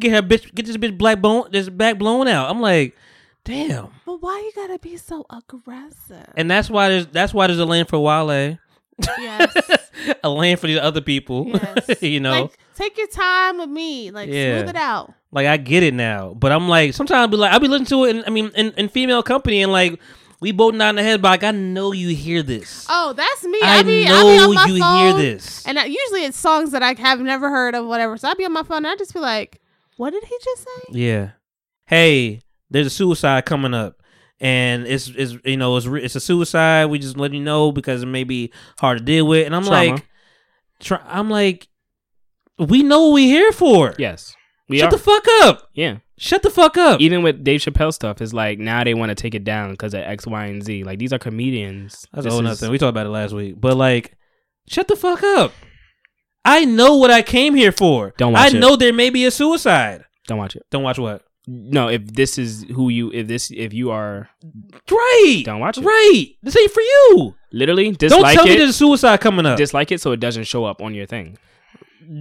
[SPEAKER 3] get her bitch, get this bitch black bone, this back blown out. I'm like, damn,
[SPEAKER 13] But why you gotta be so aggressive?
[SPEAKER 3] and that's why there's that's why there's a lane for Wale, *laughs*
[SPEAKER 13] Yes.
[SPEAKER 3] a lane for these other people, *laughs* you know.
[SPEAKER 13] Like Take your time with me. Like smooth it out.
[SPEAKER 3] Like I get it now, but I'm like sometimes I'll be like I'll be listening to it. In, I mean, in, in female company, and like we both nod in the head, but like I know you hear this.
[SPEAKER 13] Oh, that's me.
[SPEAKER 3] I
[SPEAKER 13] I, be I be
[SPEAKER 3] know
[SPEAKER 13] on my
[SPEAKER 3] you hear
[SPEAKER 13] phone,
[SPEAKER 3] this.
[SPEAKER 13] and I, usually it's songs that I have never heard of, whatever. So I be on my phone, and I just be like, "What did he just say?"
[SPEAKER 3] Yeah. Hey, there's a suicide coming up, and it's it's you know it's re- it's a suicide. We just let you know because it may be hard to deal with. And I'm
[SPEAKER 22] Trauma.
[SPEAKER 3] like, tra- I'm like, we know what we here for.
[SPEAKER 21] Yes.
[SPEAKER 3] Shut the fuck up.
[SPEAKER 21] Yeah.
[SPEAKER 3] Shut the fuck up.
[SPEAKER 21] Even with Dave Chappelle stuff, it's like now they want to take it down because of X, Y, and Z. Like these are comedians.
[SPEAKER 3] That's a
[SPEAKER 21] This
[SPEAKER 3] whole
[SPEAKER 21] is-
[SPEAKER 3] nother thing. We talked about it last week, but like, shut the fuck up. I know what I came here for.
[SPEAKER 21] Don't watch
[SPEAKER 3] I
[SPEAKER 21] it.
[SPEAKER 3] know there may be a suicide.
[SPEAKER 21] Don't watch it.
[SPEAKER 3] Don't watch what?
[SPEAKER 21] No, if this is who you, if this, if you are
[SPEAKER 3] right,
[SPEAKER 21] don't watch it.
[SPEAKER 3] Right, this ain't for you.
[SPEAKER 21] Literally,
[SPEAKER 3] Don't
[SPEAKER 21] dislike
[SPEAKER 3] tell
[SPEAKER 21] it.
[SPEAKER 3] me there's a suicide coming up.
[SPEAKER 21] Dislike it so it doesn't show up on your thing.
[SPEAKER 3] *laughs*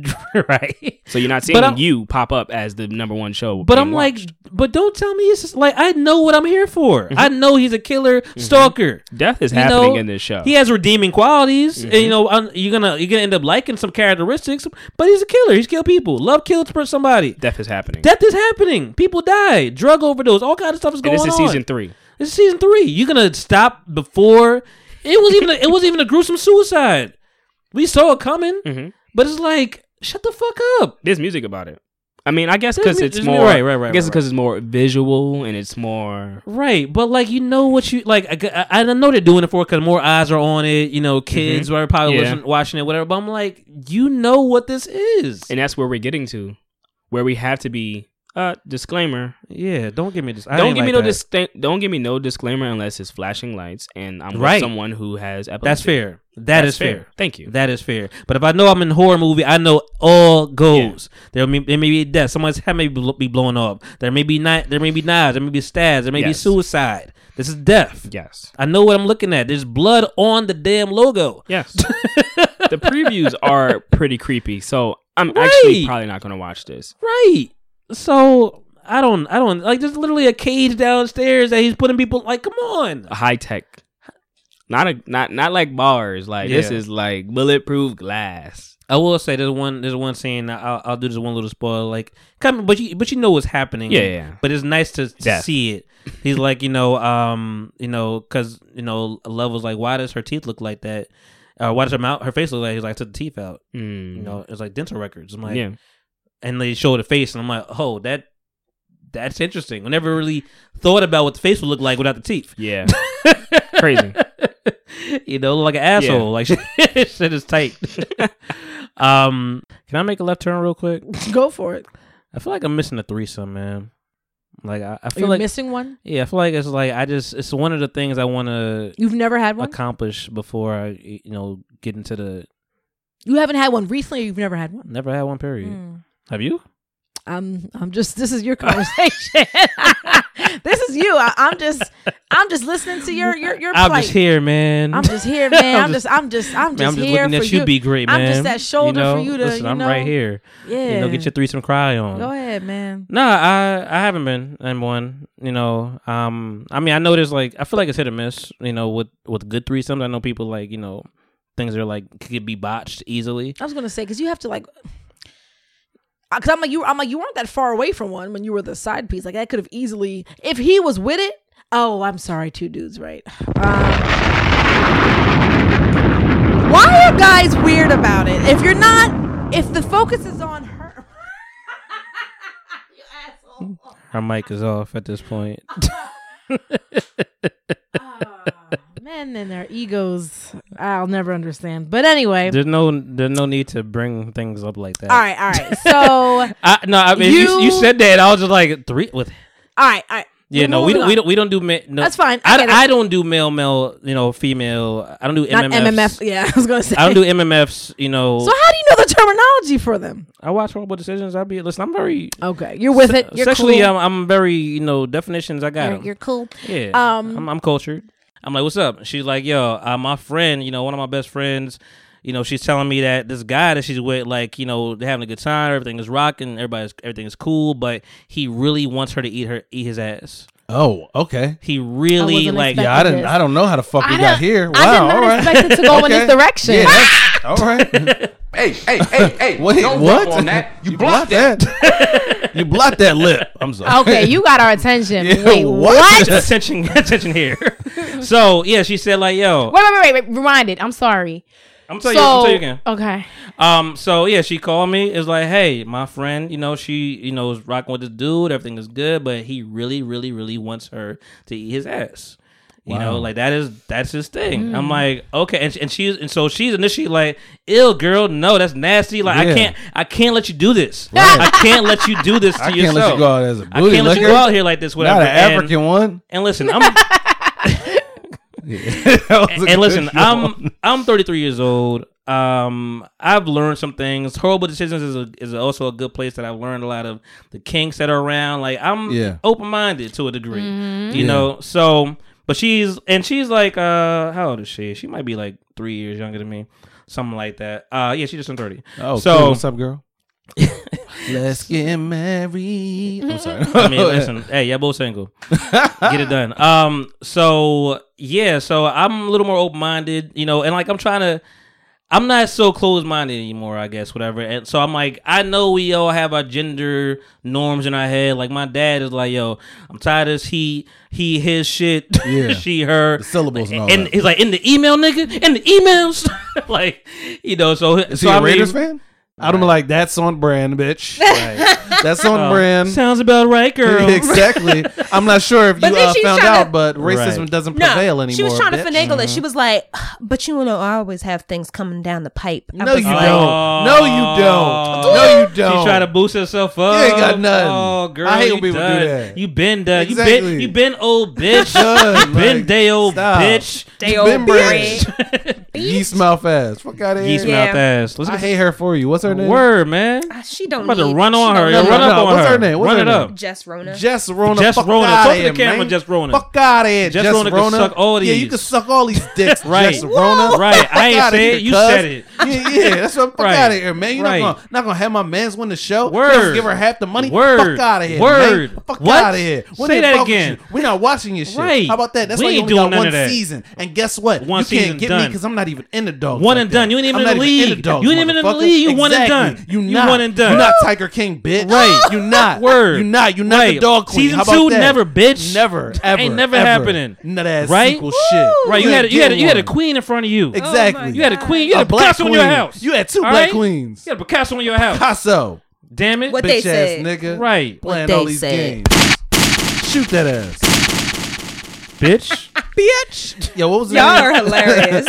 [SPEAKER 3] right.
[SPEAKER 21] So you're not
[SPEAKER 3] But
[SPEAKER 21] seeing
[SPEAKER 3] I'm-
[SPEAKER 21] you pop up as the number one show.
[SPEAKER 3] But
[SPEAKER 21] being
[SPEAKER 3] I'm
[SPEAKER 21] watched.
[SPEAKER 3] like, but don't tell me it's just like I know what I'm here for. I know he's a killer stalker.
[SPEAKER 21] Mm-hmm. Death is happening in this show. Mm-hmm.
[SPEAKER 3] He has redeeming qualities, and you know un- you're gonna you're gonna end up liking some characteristics. But he's a killer. He's killed people. Love killed for somebody.
[SPEAKER 21] Death is happening.
[SPEAKER 3] Death is happening. People die. Drug overdose. All kind of stuff is
[SPEAKER 21] and
[SPEAKER 3] going
[SPEAKER 21] this is
[SPEAKER 3] on.
[SPEAKER 21] season three.
[SPEAKER 3] This is season three. You're gonna stop before it was even a, it was even a gruesome suicide. We saw it coming, but it's like shut the fuck up.
[SPEAKER 21] Mm-hmm. There's music about it. I mean, I guess
[SPEAKER 3] There's
[SPEAKER 21] because
[SPEAKER 3] mu-
[SPEAKER 21] it's
[SPEAKER 3] there's mu-
[SPEAKER 21] more.
[SPEAKER 3] right, right, right,
[SPEAKER 21] I guess
[SPEAKER 3] right,
[SPEAKER 21] because it's more visual and it's more.
[SPEAKER 3] Right, but like you know what you like. I g- I, I know they're doing it for because more eyes are on it. You know, kids
[SPEAKER 21] Mhm.
[SPEAKER 3] are probably
[SPEAKER 21] Yeah.
[SPEAKER 3] listen- watching it, whatever. But I'm like, you know what this is,
[SPEAKER 21] and that's where we're getting to, where we have to be. Uh, disclaimer.
[SPEAKER 3] Yeah, don't give me this. I
[SPEAKER 21] Don't
[SPEAKER 3] ain't
[SPEAKER 21] give me
[SPEAKER 3] like
[SPEAKER 21] no
[SPEAKER 3] that.
[SPEAKER 21] dis- Don't give me no disclaimer unless it's flashing lights and I'm
[SPEAKER 3] Right.
[SPEAKER 21] with someone who has epilepsy.
[SPEAKER 3] That's fair. That's
[SPEAKER 21] That's
[SPEAKER 3] fair.
[SPEAKER 21] fair. Thank *laughs* you.
[SPEAKER 3] That is fair. But if I know I'm in a horror movie, I know all goes. There may there may be a death. Someone's head may bl- be blown off. There may be ni- there may be knives. There may be stabs. There may be
[SPEAKER 21] Yes.
[SPEAKER 3] suicide. This is death.
[SPEAKER 21] Yes.
[SPEAKER 3] I know what I'm looking at. There's blood on the damn logo. *laughs*
[SPEAKER 21] Yes. the previews are pretty creepy, so I'm actually
[SPEAKER 3] Right.
[SPEAKER 21] probably not going to watch this.
[SPEAKER 3] Right. So I don't I don't like there's literally a cage downstairs that he's putting people like come on.
[SPEAKER 21] A high tech, not a not not like bars. Like this
[SPEAKER 3] Yeah.
[SPEAKER 21] is like bulletproof glass.
[SPEAKER 3] I will say there's one there's one scene I- I'll, I'll do this one little spoiler like come but you but you know what's happening
[SPEAKER 21] Yeah, yeah.
[SPEAKER 3] but it's nice to, to
[SPEAKER 21] Death.
[SPEAKER 3] see it he's like you know um you know because you know love was like why does her teeth look like that uh, why does her mouth her face look like he's like took the teeth out you know it's like dental records I'm like
[SPEAKER 21] Hmm. Yeah.
[SPEAKER 3] and they show the face and I'm like oh that that's interesting I never really thought about what the face would look like without the teeth *laughs*
[SPEAKER 21] yeah crazy
[SPEAKER 3] you know like an asshole like shit, *laughs* shit is tight um can I make a left turn real quick
[SPEAKER 4] Go for it.
[SPEAKER 3] I feel like I'm missing a threesome, man. Like I, I feel
[SPEAKER 4] You're
[SPEAKER 3] like
[SPEAKER 4] missing one?
[SPEAKER 3] Yeah, I feel like it's like I just it's one of the things I want to.
[SPEAKER 4] You've never had one?
[SPEAKER 3] accomplish before I you know get into the.
[SPEAKER 4] You haven't had one recently. Or you've never had one.
[SPEAKER 3] Never had one period.
[SPEAKER 4] Mm.
[SPEAKER 3] Have you?
[SPEAKER 4] I'm. I'm just. This is your conversation. *laughs* this is you. I, I'm just. I'm just listening to your your your.
[SPEAKER 3] I'm
[SPEAKER 4] plight.
[SPEAKER 3] just here, man.
[SPEAKER 4] I'm
[SPEAKER 3] *laughs*
[SPEAKER 4] just here, man. I'm just. I'm just. I'm
[SPEAKER 3] man,
[SPEAKER 4] just
[SPEAKER 3] I'm just
[SPEAKER 4] here
[SPEAKER 3] looking
[SPEAKER 4] for
[SPEAKER 3] at you. Be great, man.
[SPEAKER 4] I'm just that shoulder
[SPEAKER 3] you know?
[SPEAKER 4] for you to.
[SPEAKER 3] Listen,
[SPEAKER 4] you
[SPEAKER 3] I'm
[SPEAKER 4] know,
[SPEAKER 3] right here. you know,
[SPEAKER 4] Yeah.
[SPEAKER 3] get your threesome cry on.
[SPEAKER 4] Go ahead, man.
[SPEAKER 3] No, I I haven't been in one. You know, um, I mean, I know there's like I feel like it's hit or miss. You know, with with good threesomes, I know people like you know things are like could be botched easily.
[SPEAKER 4] I was gonna say because you have to like. Cause I'm like you. I'm like you weren't that far away from one when you were the side piece. Like that could have easily, if he was with it. Oh, I'm sorry, two dudes, right? Um, why are guys weird about it? If you're not, if the focus is on her,
[SPEAKER 3] Her mic is off at this point. *laughs*
[SPEAKER 4] men and their egos, I'll never understand. But anyway,
[SPEAKER 3] There's no there's no need to bring things up like that.
[SPEAKER 4] all right,
[SPEAKER 3] *laughs*
[SPEAKER 4] all right. So,
[SPEAKER 3] I, no, I mean you, you,
[SPEAKER 4] You-
[SPEAKER 3] said that and I was just like three with
[SPEAKER 4] all right, all right.
[SPEAKER 3] yeah
[SPEAKER 4] We're
[SPEAKER 3] no we
[SPEAKER 4] moving
[SPEAKER 3] don't we
[SPEAKER 4] on.
[SPEAKER 3] don't we don't do ma- no
[SPEAKER 4] That's fine. I
[SPEAKER 3] I,
[SPEAKER 4] get it.
[SPEAKER 3] I, don't do male male you know female I don't do
[SPEAKER 4] Not
[SPEAKER 3] MMFs.
[SPEAKER 4] MMF. Yeah, *laughs* I was gonna say.
[SPEAKER 3] I don't do MMFs you know
[SPEAKER 4] *laughs* So how do you know the terminology for them?
[SPEAKER 3] Uh, I watch horrible decisions I'll be listen I'm very
[SPEAKER 4] Okay, you're with it. You're
[SPEAKER 3] sexually
[SPEAKER 4] cool.
[SPEAKER 3] I'm, um, I'm very you know definitions I got
[SPEAKER 4] You're-
[SPEAKER 3] 'em.
[SPEAKER 4] you're cool.
[SPEAKER 3] yeah
[SPEAKER 4] Um,
[SPEAKER 3] I'm, I'm cultured I'm like what's up she's like yo uh, my friend you know one of my best friends you know she's telling me that this guy that she's with like you know they're having a good time everything is rocking everybody's everything is cool but he really wants her to eat her eat his ass
[SPEAKER 1] Oh, okay.
[SPEAKER 3] He really like
[SPEAKER 1] yeah. I didn't. I don't know how the fuck we got here. Wow.
[SPEAKER 3] not
[SPEAKER 1] all right. *laughs*
[SPEAKER 3] expect it to go in this
[SPEAKER 1] Okay.
[SPEAKER 3] direction. *laughs*
[SPEAKER 1] Yeah, that's- All right.
[SPEAKER 23] hey, hey, hey, hey.
[SPEAKER 1] Wait,
[SPEAKER 23] don't
[SPEAKER 1] what?
[SPEAKER 23] what? on
[SPEAKER 1] *laughs*
[SPEAKER 23] that. *laughs* You, blocked, that. *laughs*
[SPEAKER 1] you blocked that lip. I'm sorry.
[SPEAKER 12] Okay,
[SPEAKER 1] *laughs*
[SPEAKER 12] you got our
[SPEAKER 3] *laughs*
[SPEAKER 12] attention.
[SPEAKER 3] Yeah,
[SPEAKER 12] Wait, what? Wait,
[SPEAKER 3] Attention, *laughs* attention
[SPEAKER 4] *laughs*
[SPEAKER 3] here. so yeah, she said like, yo,
[SPEAKER 12] wait, wait, wait. Rewind it. I'm sorry.
[SPEAKER 3] I'm telling you- I'm telling you again.
[SPEAKER 12] Okay.
[SPEAKER 3] Um, so yeah, she called me. It's like, hey, my friend, you know, she, you know, is rocking with this dude. Everything is good, but he really, really, really wants her to eat his ass. You know,
[SPEAKER 21] Wow.
[SPEAKER 3] like that is that's his thing. I'm
[SPEAKER 21] Mm.
[SPEAKER 3] like, okay, and, and she's and so she's initially like, ill girl, no, that's nasty. Like I
[SPEAKER 1] Yeah.
[SPEAKER 3] can't, I can't let you do this.
[SPEAKER 1] Right.
[SPEAKER 3] I can't let you do this
[SPEAKER 1] *laughs*
[SPEAKER 3] to
[SPEAKER 1] I can't
[SPEAKER 3] yourself.
[SPEAKER 1] let you go out as a
[SPEAKER 3] I
[SPEAKER 1] booty
[SPEAKER 3] can't let you
[SPEAKER 1] licker.
[SPEAKER 3] go out here like this.
[SPEAKER 1] Not
[SPEAKER 3] Whatever.
[SPEAKER 1] an
[SPEAKER 3] And-
[SPEAKER 1] African one.
[SPEAKER 3] And listen,
[SPEAKER 1] *laughs*
[SPEAKER 3] I'm
[SPEAKER 1] was a
[SPEAKER 3] and listen,
[SPEAKER 1] good
[SPEAKER 3] I'm I'm 33 years old. Um, I've learned some things. Horrible decisions is a, is also a good place that I've learned a lot of the kinks that are around. Like I'm
[SPEAKER 1] Yeah.
[SPEAKER 3] open minded to a degree,
[SPEAKER 21] Mhm.
[SPEAKER 3] you
[SPEAKER 21] Yeah.
[SPEAKER 3] know. So, but she's and she's like, uh, how old is she? She might be like three years younger than me, something like that. Uh, yeah, she just turned 30.
[SPEAKER 1] Oh,
[SPEAKER 3] so
[SPEAKER 1] cool. What's up,
[SPEAKER 3] *laughs*
[SPEAKER 1] girl? Let's get married.
[SPEAKER 3] *laughs*
[SPEAKER 1] I'm sorry.
[SPEAKER 3] I
[SPEAKER 1] *laughs*
[SPEAKER 3] mean, listen, hey, y'all both single. Get it done. Um, so yeah, so I'm a little more open minded, you know, and like I'm trying to I'm not so closed minded anymore, I guess, whatever. And so I'm like, I know we all have our gender norms in our head. Like my dad is like, yo, I'm tired of this he he his shit, *laughs*
[SPEAKER 1] Yeah.
[SPEAKER 3] she her.
[SPEAKER 1] syllables and all
[SPEAKER 3] and
[SPEAKER 1] that.
[SPEAKER 3] he's like in the email, nigga, in the emails. *laughs* like, you know, so
[SPEAKER 1] Is
[SPEAKER 3] so
[SPEAKER 1] he a
[SPEAKER 3] I mean-
[SPEAKER 1] Raiders fan? I'd be like, that's on brand,
[SPEAKER 3] *laughs*
[SPEAKER 1] bitch. That's on
[SPEAKER 3] Oh,
[SPEAKER 1] brand.
[SPEAKER 3] Sounds
[SPEAKER 1] *laughs*
[SPEAKER 3] about right, girl.
[SPEAKER 1] exactly. I'm not sure if you uh, found out, but racism doesn't
[SPEAKER 14] No,
[SPEAKER 1] prevail anymore.
[SPEAKER 14] She was trying to
[SPEAKER 1] bitch.
[SPEAKER 14] finagle it. She was like, "But you know, I always have things coming down the pipe." I
[SPEAKER 1] No,
[SPEAKER 14] was
[SPEAKER 1] you
[SPEAKER 14] like-
[SPEAKER 1] don't. No, you don't. No, you don't.
[SPEAKER 3] She trying to boost herself up.
[SPEAKER 1] ain't got nothing.
[SPEAKER 3] Oh, girl,
[SPEAKER 1] I hate
[SPEAKER 3] you
[SPEAKER 1] when people do
[SPEAKER 3] done.
[SPEAKER 1] that.
[SPEAKER 3] You been done. You been
[SPEAKER 1] Exactly.
[SPEAKER 3] you been
[SPEAKER 1] *laughs*
[SPEAKER 3] old bitch.
[SPEAKER 1] Done,
[SPEAKER 3] you been
[SPEAKER 1] like,
[SPEAKER 3] day old
[SPEAKER 1] stop.
[SPEAKER 3] bitch.
[SPEAKER 1] Day You old been bitch.
[SPEAKER 3] *laughs*
[SPEAKER 1] Yeast mouth ass. Fuck out of here.
[SPEAKER 3] Yeast mouth Yeah. ass. Let's
[SPEAKER 1] I
[SPEAKER 3] get- Ah,
[SPEAKER 1] hate her for you. What's her name?
[SPEAKER 3] Word, man.
[SPEAKER 14] She don't.
[SPEAKER 3] I'm about to
[SPEAKER 14] need-
[SPEAKER 3] run on
[SPEAKER 14] she
[SPEAKER 3] her.
[SPEAKER 14] don't
[SPEAKER 3] Yo,
[SPEAKER 14] need
[SPEAKER 3] run
[SPEAKER 14] it.
[SPEAKER 3] up on
[SPEAKER 1] What's
[SPEAKER 3] her.
[SPEAKER 1] her name? What's
[SPEAKER 3] run
[SPEAKER 1] her
[SPEAKER 3] it
[SPEAKER 1] name?
[SPEAKER 3] up.
[SPEAKER 14] Jess Rona.
[SPEAKER 1] Jess Rona.
[SPEAKER 3] Jess
[SPEAKER 1] Fuck
[SPEAKER 3] Rona.
[SPEAKER 1] outta
[SPEAKER 3] Talk to
[SPEAKER 1] here,
[SPEAKER 3] the camera,
[SPEAKER 1] man.
[SPEAKER 3] Jess Rona.
[SPEAKER 1] Fuck out of here.
[SPEAKER 3] Jess Rona can suck all
[SPEAKER 1] Yeah, you
[SPEAKER 3] these.
[SPEAKER 1] can suck all these
[SPEAKER 3] *laughs*
[SPEAKER 1] dicks,
[SPEAKER 3] Right.
[SPEAKER 1] Jess Rona.
[SPEAKER 3] Right.
[SPEAKER 1] Fuck
[SPEAKER 3] I ain't
[SPEAKER 1] outta
[SPEAKER 3] say it.
[SPEAKER 1] here,
[SPEAKER 3] You
[SPEAKER 1] cuz.
[SPEAKER 3] said it.
[SPEAKER 1] Yeah, yeah. That's what. Fuck
[SPEAKER 3] Right.
[SPEAKER 1] out of here, man. You're
[SPEAKER 3] Right.
[SPEAKER 1] not gonna not gonna have my man's win the show.
[SPEAKER 3] Word.
[SPEAKER 1] Just give her half the money.
[SPEAKER 3] Word.
[SPEAKER 1] Fuck out of here.
[SPEAKER 3] Word.
[SPEAKER 1] Man. Fuck
[SPEAKER 3] What?
[SPEAKER 1] out of here. We're
[SPEAKER 3] Say
[SPEAKER 1] not
[SPEAKER 3] that
[SPEAKER 1] fucking
[SPEAKER 3] again.
[SPEAKER 1] with you. We're not watching your shit.
[SPEAKER 3] Right.
[SPEAKER 1] How about that? That's
[SPEAKER 3] We
[SPEAKER 1] why you
[SPEAKER 3] ain't
[SPEAKER 1] only
[SPEAKER 3] doing
[SPEAKER 1] got
[SPEAKER 3] none
[SPEAKER 1] one
[SPEAKER 3] of that.
[SPEAKER 1] season. And guess what?
[SPEAKER 3] One
[SPEAKER 1] you
[SPEAKER 3] season
[SPEAKER 1] can't get me
[SPEAKER 3] done.
[SPEAKER 1] because I'm not even in the dog.
[SPEAKER 3] One and done. You ain't even in the league. You ain't even in the league. You one and done.
[SPEAKER 1] You
[SPEAKER 3] You
[SPEAKER 1] not.
[SPEAKER 3] one and done.
[SPEAKER 1] You not Tiger King, bitch.
[SPEAKER 3] Right.
[SPEAKER 1] You not.
[SPEAKER 3] Word.
[SPEAKER 1] You not. You not the
[SPEAKER 3] Right.
[SPEAKER 1] dog queen.
[SPEAKER 3] Season
[SPEAKER 1] How about
[SPEAKER 3] two,
[SPEAKER 1] that?
[SPEAKER 3] never, bitch.
[SPEAKER 1] Never. Ever.
[SPEAKER 3] Ain't never
[SPEAKER 1] ever.
[SPEAKER 3] happening.
[SPEAKER 1] Nut ass
[SPEAKER 3] Right?
[SPEAKER 1] sequel shit.
[SPEAKER 3] Right, you had a- you had a-
[SPEAKER 1] get
[SPEAKER 3] you had a
[SPEAKER 1] one.
[SPEAKER 3] queen in front of you.
[SPEAKER 1] Exactly.
[SPEAKER 3] You had a queen. You had a,
[SPEAKER 1] black
[SPEAKER 3] Picasso in your
[SPEAKER 1] queen.
[SPEAKER 3] house.
[SPEAKER 1] You had two
[SPEAKER 3] All
[SPEAKER 1] black
[SPEAKER 3] right?
[SPEAKER 1] queens.
[SPEAKER 3] You had a Picasso in your house.
[SPEAKER 1] Picasso.
[SPEAKER 3] Damn it.
[SPEAKER 1] What they Bitch ass said. nigga.
[SPEAKER 3] Right.
[SPEAKER 1] What Playing all they these said. Shoot that ass.
[SPEAKER 3] Bitch.
[SPEAKER 1] *laughs* Bitch. Yo, what was the
[SPEAKER 14] Y'all
[SPEAKER 1] name? *laughs*
[SPEAKER 14] are hilarious.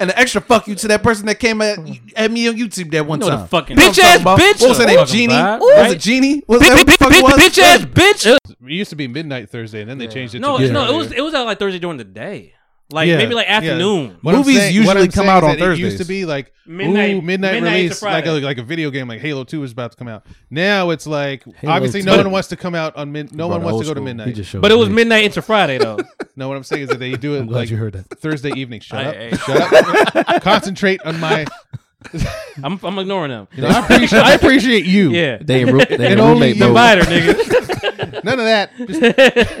[SPEAKER 1] And an extra fuck you to that person that came at, at me on YouTube that one
[SPEAKER 3] You know the
[SPEAKER 1] time.
[SPEAKER 3] fucking-
[SPEAKER 1] You know what I'm
[SPEAKER 3] Bitch ass
[SPEAKER 1] talking about?
[SPEAKER 3] bitch.
[SPEAKER 1] What was her name?
[SPEAKER 3] Fucking
[SPEAKER 1] Genie?
[SPEAKER 3] vibe,
[SPEAKER 1] Was
[SPEAKER 3] right?
[SPEAKER 1] it Genie? Was
[SPEAKER 3] Bitch-
[SPEAKER 1] that what the
[SPEAKER 3] bitch-
[SPEAKER 1] fuck it was?
[SPEAKER 3] bitch ass bitch.
[SPEAKER 24] It used to be midnight Thursday, and then they changed it.
[SPEAKER 3] No,
[SPEAKER 24] to
[SPEAKER 3] no, it was it was at like Thursday during the day. Like
[SPEAKER 24] Yeah.
[SPEAKER 3] maybe like
[SPEAKER 24] Yeah.
[SPEAKER 3] afternoon.
[SPEAKER 24] What I'm saying- what I'm saying is that It used to
[SPEAKER 3] Thursdays.
[SPEAKER 24] be like midnight,
[SPEAKER 3] Midnight-
[SPEAKER 24] ooh,
[SPEAKER 3] midnight
[SPEAKER 24] midnight,
[SPEAKER 3] to
[SPEAKER 24] release, like a,
[SPEAKER 3] Friday.
[SPEAKER 24] like a video game, like Halo Two is about to come out. Now it's like
[SPEAKER 3] Halo
[SPEAKER 24] obviously
[SPEAKER 3] 2.
[SPEAKER 24] no one wants to come out on mid. No
[SPEAKER 3] brought
[SPEAKER 24] one
[SPEAKER 3] it
[SPEAKER 24] wants
[SPEAKER 3] old
[SPEAKER 24] to go to
[SPEAKER 3] school. He
[SPEAKER 24] midnight.
[SPEAKER 3] just showed But it was me. midnight into
[SPEAKER 1] *laughs*
[SPEAKER 3] Friday, though.
[SPEAKER 24] no, what I'm saying is that they do it
[SPEAKER 3] glad
[SPEAKER 24] like
[SPEAKER 3] you heard that.
[SPEAKER 24] Thursday evening. Shut
[SPEAKER 3] I-
[SPEAKER 24] up!
[SPEAKER 3] I-
[SPEAKER 24] Shut
[SPEAKER 3] *laughs*
[SPEAKER 24] up! Concentrate on my.
[SPEAKER 3] I'm I'm ignoring them.
[SPEAKER 24] You know, I appreciate, I appreciate you.
[SPEAKER 3] Yeah.
[SPEAKER 24] And only you.
[SPEAKER 3] Provider, nigga.
[SPEAKER 24] *laughs* None of that.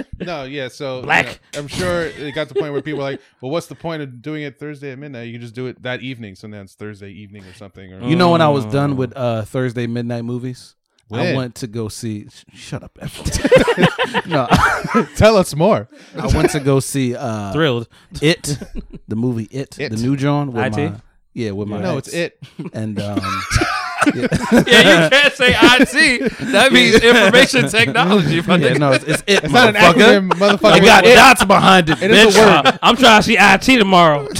[SPEAKER 3] *laughs*
[SPEAKER 24] Just- no, yeah. So
[SPEAKER 3] Black.
[SPEAKER 24] you know, I'm sure it got to the point where people are like, "Well, what's the point of doing it Thursday at midnight? You can just do it that evening." So now it's Thursday evening or something. Or
[SPEAKER 1] You know when I
[SPEAKER 3] Oh.
[SPEAKER 1] was
[SPEAKER 24] *laughs*
[SPEAKER 1] done with uh, Thursday midnight movies, I
[SPEAKER 24] When?
[SPEAKER 1] went to go see. sh- shut up, Ethel. *laughs*
[SPEAKER 6] *laughs*
[SPEAKER 1] no,
[SPEAKER 24] tell us more.
[SPEAKER 1] I went to go see. Uh,
[SPEAKER 24] Thrilled.
[SPEAKER 6] *laughs*
[SPEAKER 1] It, the movie It,
[SPEAKER 24] It.
[SPEAKER 1] the new John with
[SPEAKER 24] IT?
[SPEAKER 1] my yeah with my
[SPEAKER 24] No, it's It.
[SPEAKER 1] *laughs* and um.
[SPEAKER 24] Yeah, you can't say IT. That means information
[SPEAKER 1] *laughs*
[SPEAKER 3] technology,
[SPEAKER 1] Yeah,
[SPEAKER 3] fucking-
[SPEAKER 1] no, it's, it's it,
[SPEAKER 3] It's not an
[SPEAKER 1] motherfucker.
[SPEAKER 3] acronym, motherfucker.
[SPEAKER 1] I got
[SPEAKER 3] It-
[SPEAKER 1] dots behind it.
[SPEAKER 3] It is a
[SPEAKER 1] bitch. Uh,
[SPEAKER 3] word. I'm trying to see IT tomorrow.
[SPEAKER 1] *laughs*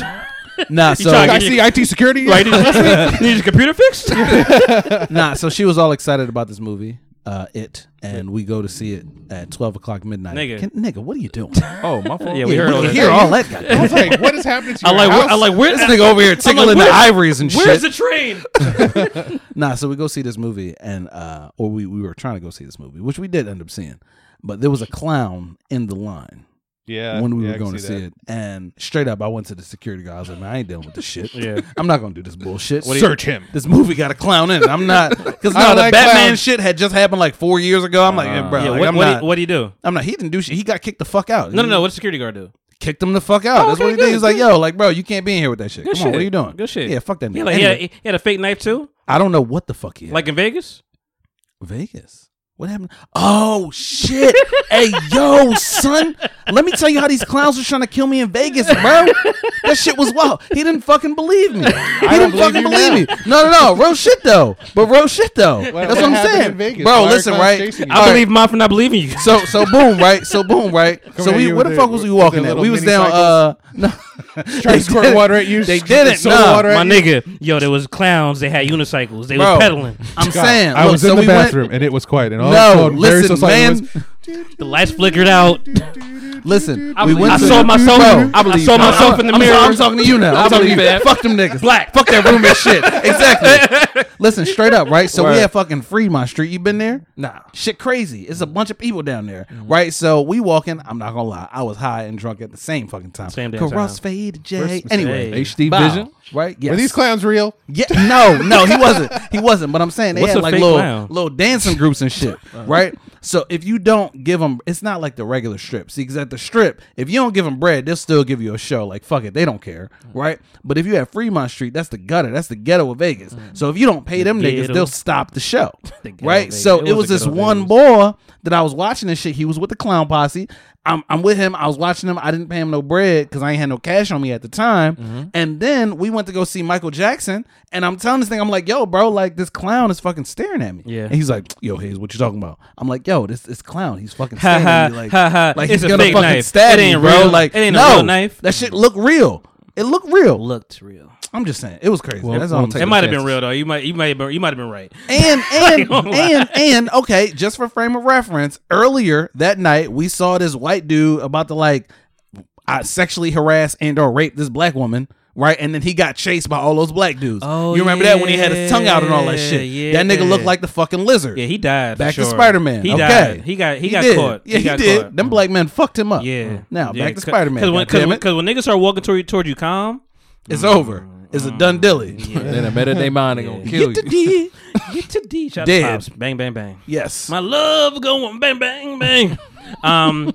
[SPEAKER 1] Nah, so
[SPEAKER 24] IT security.
[SPEAKER 3] Right, need, *laughs* your- need your computer fixed.
[SPEAKER 1] *laughs* nah, so she was all excited about this movie, uh, It, and we go to see it at 12 o'clock midnight.
[SPEAKER 3] Nigga.
[SPEAKER 1] Can- nigga, what are you
[SPEAKER 3] *laughs*
[SPEAKER 1] doing? Oh, my fault.
[SPEAKER 3] Yeah, we heard all that.
[SPEAKER 1] hear all that.
[SPEAKER 3] I was like, what is
[SPEAKER 24] happening
[SPEAKER 3] I like, where- I like where
[SPEAKER 1] This nigga over here
[SPEAKER 3] I'm like,
[SPEAKER 1] tickling the
[SPEAKER 3] where's-
[SPEAKER 1] ivories and
[SPEAKER 3] Where's the
[SPEAKER 1] shit.
[SPEAKER 3] train?
[SPEAKER 1] *laughs*
[SPEAKER 3] *laughs*
[SPEAKER 1] nah, so we go see this movie, and uh, or we, we were trying to go see this movie, which we did end up seeing, but there was a clown in the line.
[SPEAKER 24] Yeah,
[SPEAKER 1] when we
[SPEAKER 24] yeah, I
[SPEAKER 1] were
[SPEAKER 24] can
[SPEAKER 1] going to
[SPEAKER 24] see
[SPEAKER 1] see
[SPEAKER 24] that.
[SPEAKER 1] it, and straight up, I went to the security guy. I was like, "Man, I ain't dealing with this
[SPEAKER 3] *laughs*
[SPEAKER 1] shit.
[SPEAKER 24] Yeah.
[SPEAKER 1] I'm not gonna do this bullshit.
[SPEAKER 24] What do you- Search him.
[SPEAKER 1] This movie got a clown in it. I'm
[SPEAKER 24] *laughs*
[SPEAKER 1] not because
[SPEAKER 24] I
[SPEAKER 1] no, the
[SPEAKER 24] like
[SPEAKER 1] Batman
[SPEAKER 24] clowns.
[SPEAKER 1] shit had just happened like four years ago. I'm like, yeah, bro,
[SPEAKER 3] Uh, yeah,
[SPEAKER 1] like,
[SPEAKER 3] what-
[SPEAKER 1] I'm
[SPEAKER 3] what do-
[SPEAKER 1] not,
[SPEAKER 3] what do you do?
[SPEAKER 1] I'm not. He didn't do shit. He got kicked the fuck out.
[SPEAKER 3] No, no,
[SPEAKER 1] He-
[SPEAKER 3] no. What did security guard do?
[SPEAKER 1] kicked him the fuck out.
[SPEAKER 3] Oh,
[SPEAKER 1] That's
[SPEAKER 3] okay,
[SPEAKER 1] what he did.
[SPEAKER 3] good,
[SPEAKER 1] He was like,
[SPEAKER 3] good.
[SPEAKER 1] "Yo, like, bro, you can't be in here with that shit.
[SPEAKER 3] Good
[SPEAKER 1] Come on, what
[SPEAKER 3] shit.
[SPEAKER 1] are you doing?
[SPEAKER 3] Good shit.
[SPEAKER 1] Yeah, fuck that.
[SPEAKER 3] Yeah,
[SPEAKER 1] nigga.
[SPEAKER 3] like, he, had,
[SPEAKER 1] Anyway,
[SPEAKER 3] he had a fake knife too,
[SPEAKER 1] I don't know what the fuck he had.
[SPEAKER 3] like in Vegas.
[SPEAKER 1] Vegas. What happened? Oh
[SPEAKER 3] *laughs*
[SPEAKER 1] shit! hey yo, son, let me tell you how these clowns was trying to kill me in Vegas, bro. That shit was wild. He didn't fucking believe me. He didn't fucking believe me. No, no, no. Real shit though. But real shit though. That's what, I'm
[SPEAKER 3] happened
[SPEAKER 1] saying,
[SPEAKER 3] in Vegas?
[SPEAKER 1] bro.
[SPEAKER 3] Why are
[SPEAKER 1] listen,
[SPEAKER 3] clowns
[SPEAKER 1] right?
[SPEAKER 3] chasing you? I believe
[SPEAKER 1] mine for not believing you. So,
[SPEAKER 3] *laughs*
[SPEAKER 1] so boom, right? So boom, right?
[SPEAKER 3] Come
[SPEAKER 1] so
[SPEAKER 3] here,
[SPEAKER 1] we,
[SPEAKER 3] you
[SPEAKER 1] what the
[SPEAKER 3] with
[SPEAKER 1] fuck
[SPEAKER 3] the-
[SPEAKER 1] was we
[SPEAKER 3] with the
[SPEAKER 1] walking at?
[SPEAKER 3] little
[SPEAKER 1] We was
[SPEAKER 3] mini
[SPEAKER 1] down.
[SPEAKER 3] cycles? *laughs*
[SPEAKER 1] Uh, no.
[SPEAKER 3] Trying to
[SPEAKER 1] They
[SPEAKER 3] squirt
[SPEAKER 1] didn't-
[SPEAKER 3] water at you,
[SPEAKER 1] They
[SPEAKER 3] squirt
[SPEAKER 1] didn't.
[SPEAKER 3] soda
[SPEAKER 1] Nah.
[SPEAKER 3] water at My you. nigga, yo, there was clowns. They had unicycles. They
[SPEAKER 1] Bro,
[SPEAKER 3] was
[SPEAKER 24] *laughs*
[SPEAKER 3] pedaling.
[SPEAKER 1] I'm saying,
[SPEAKER 24] I
[SPEAKER 1] look,
[SPEAKER 24] was
[SPEAKER 1] so
[SPEAKER 24] in the
[SPEAKER 1] we went-
[SPEAKER 24] bathroom and it was quiet. And all
[SPEAKER 1] No,
[SPEAKER 24] I saw very
[SPEAKER 1] listen,
[SPEAKER 24] society
[SPEAKER 1] man.
[SPEAKER 24] was-
[SPEAKER 3] the lights flickered
[SPEAKER 1] *laughs*
[SPEAKER 3] out.
[SPEAKER 1] Listen,
[SPEAKER 3] I
[SPEAKER 1] we
[SPEAKER 3] believe
[SPEAKER 1] went
[SPEAKER 3] you.
[SPEAKER 1] to
[SPEAKER 3] I saw myself-
[SPEAKER 1] Bro,
[SPEAKER 3] I believe saw you. myself in the
[SPEAKER 1] I'm-
[SPEAKER 3] mirror.
[SPEAKER 1] I'm, talking to you now.
[SPEAKER 3] I
[SPEAKER 1] I'm talking to
[SPEAKER 3] believe
[SPEAKER 1] you.
[SPEAKER 3] that.
[SPEAKER 1] Fuck them niggas. Black. Fuck *laughs* that room and shit.
[SPEAKER 24] *laughs*
[SPEAKER 1] Exactly. Listen, straight up, right? So
[SPEAKER 3] Word.
[SPEAKER 1] we had fucking Fremont Street. You been there? Nah. Shit crazy. It's a
[SPEAKER 24] Mm-hmm.
[SPEAKER 1] bunch of people down there, right? So we walking. I'm not gonna lie. I was high and drunk at the same fucking time. Same
[SPEAKER 24] damn
[SPEAKER 1] Cross
[SPEAKER 24] time.
[SPEAKER 1] fade,
[SPEAKER 24] Where's
[SPEAKER 1] J.
[SPEAKER 24] the
[SPEAKER 1] Anyway,
[SPEAKER 24] fade? HD
[SPEAKER 1] Bow,
[SPEAKER 24] vision?
[SPEAKER 1] right?
[SPEAKER 24] Were these clowns real?
[SPEAKER 1] Yeah. No, no, he wasn't. He wasn't. But I'm saying they
[SPEAKER 24] What's
[SPEAKER 1] had
[SPEAKER 24] a
[SPEAKER 1] like
[SPEAKER 24] fake
[SPEAKER 1] little
[SPEAKER 24] clown? Uh-huh.
[SPEAKER 1] little dancing groups and
[SPEAKER 24] *laughs*
[SPEAKER 1] shit, right? So if you don't give them, it's not like the regular strip. See, because at the strip, if you don't give them bread, they'll still give you a show. Like fuck it, they don't care,
[SPEAKER 3] Mm.
[SPEAKER 1] right? But if you have Fremont Street, that's the gutter, that's the ghetto of Vegas. So if you don't pay them
[SPEAKER 3] Mm. The
[SPEAKER 1] niggas,
[SPEAKER 3] ghetto.
[SPEAKER 1] they'll stop the
[SPEAKER 3] *laughs*
[SPEAKER 1] show,
[SPEAKER 3] ghetto
[SPEAKER 1] right?
[SPEAKER 3] Vegas.
[SPEAKER 1] So
[SPEAKER 3] It
[SPEAKER 1] it,
[SPEAKER 3] was
[SPEAKER 1] was
[SPEAKER 3] the
[SPEAKER 1] this
[SPEAKER 3] ghetto
[SPEAKER 1] one boy that I was watching this shit. He was with the clown posse. I'm, I'm with him. I was watching him. I didn't pay him no bread because I ain't had no cash on me at the
[SPEAKER 3] Mm.
[SPEAKER 1] time.
[SPEAKER 3] Mm-hmm.
[SPEAKER 1] And then we went to go see Michael Jackson. And I'm telling this thing, I'm like, yo, bro, like this clown is fucking staring at me.
[SPEAKER 3] Yeah.
[SPEAKER 1] And he's like, yo, Hayes, what you talking about? I'm like, yo, this this clown, he's fucking
[SPEAKER 3] Ha
[SPEAKER 1] staring at me.
[SPEAKER 3] ha,
[SPEAKER 1] Like,
[SPEAKER 3] ha ha.
[SPEAKER 1] like
[SPEAKER 3] It's
[SPEAKER 1] he's
[SPEAKER 3] a
[SPEAKER 1] gonna
[SPEAKER 3] fake
[SPEAKER 1] fucking
[SPEAKER 3] knife.
[SPEAKER 1] stab
[SPEAKER 3] It
[SPEAKER 1] me,
[SPEAKER 3] ain't
[SPEAKER 1] bro.
[SPEAKER 3] real.
[SPEAKER 1] Like,
[SPEAKER 3] It ain't a
[SPEAKER 1] no,
[SPEAKER 3] real knife.
[SPEAKER 1] That shit looked real. It looked real.
[SPEAKER 3] Looked real.
[SPEAKER 1] I'm just saying, it was crazy. That's all I'm taking
[SPEAKER 3] it might have
[SPEAKER 1] chances.
[SPEAKER 3] been real though. You might, you might, have been, you might have been right.
[SPEAKER 1] And and
[SPEAKER 3] *laughs* Like, oh
[SPEAKER 1] and and okay, just for frame of reference, earlier that night we saw this white dude about to like uh, sexually harass and or rape this black woman. Right, and then he got chased by all those black dudes.
[SPEAKER 3] Oh,
[SPEAKER 1] you remember that when he had his tongue out and all that shit?
[SPEAKER 3] yeah,
[SPEAKER 1] That
[SPEAKER 3] yeah.
[SPEAKER 1] nigga looked like the fucking lizard.
[SPEAKER 3] Yeah, he died. for
[SPEAKER 1] Back
[SPEAKER 3] sure.
[SPEAKER 1] to Spider Man.
[SPEAKER 3] He
[SPEAKER 1] okay.
[SPEAKER 3] died. He got, he, got
[SPEAKER 1] did.
[SPEAKER 3] caught.
[SPEAKER 1] Yeah, he,
[SPEAKER 3] got
[SPEAKER 1] did.
[SPEAKER 3] caught.
[SPEAKER 1] Them black men fucked him up. Yeah. Now
[SPEAKER 3] Yeah,
[SPEAKER 1] back to
[SPEAKER 3] c- Mm-hmm.
[SPEAKER 1] Spider Man.
[SPEAKER 3] Cause when, cause,
[SPEAKER 1] Because
[SPEAKER 3] when, cause when niggas start walking toward you, toward you calm, Mm,
[SPEAKER 1] it's over. It's *laughs* a done dilly.
[SPEAKER 3] Then
[SPEAKER 1] I better they mind, they gonna kill
[SPEAKER 3] Get to
[SPEAKER 1] D. *laughs*
[SPEAKER 3] Get to D. Shout out to
[SPEAKER 1] Dead.
[SPEAKER 3] Pops. Bang, bang, bang.
[SPEAKER 1] Yes.
[SPEAKER 3] My love going bang,
[SPEAKER 1] *laughs*
[SPEAKER 3] bang, bang. um,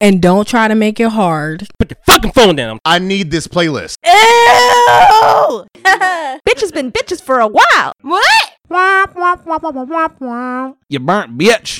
[SPEAKER 25] And don't try to make it hard.
[SPEAKER 3] Put your fucking phone down.
[SPEAKER 26] I need this playlist.
[SPEAKER 12] Ew! bitch has been bitches for a while. What?
[SPEAKER 1] You burnt bitch.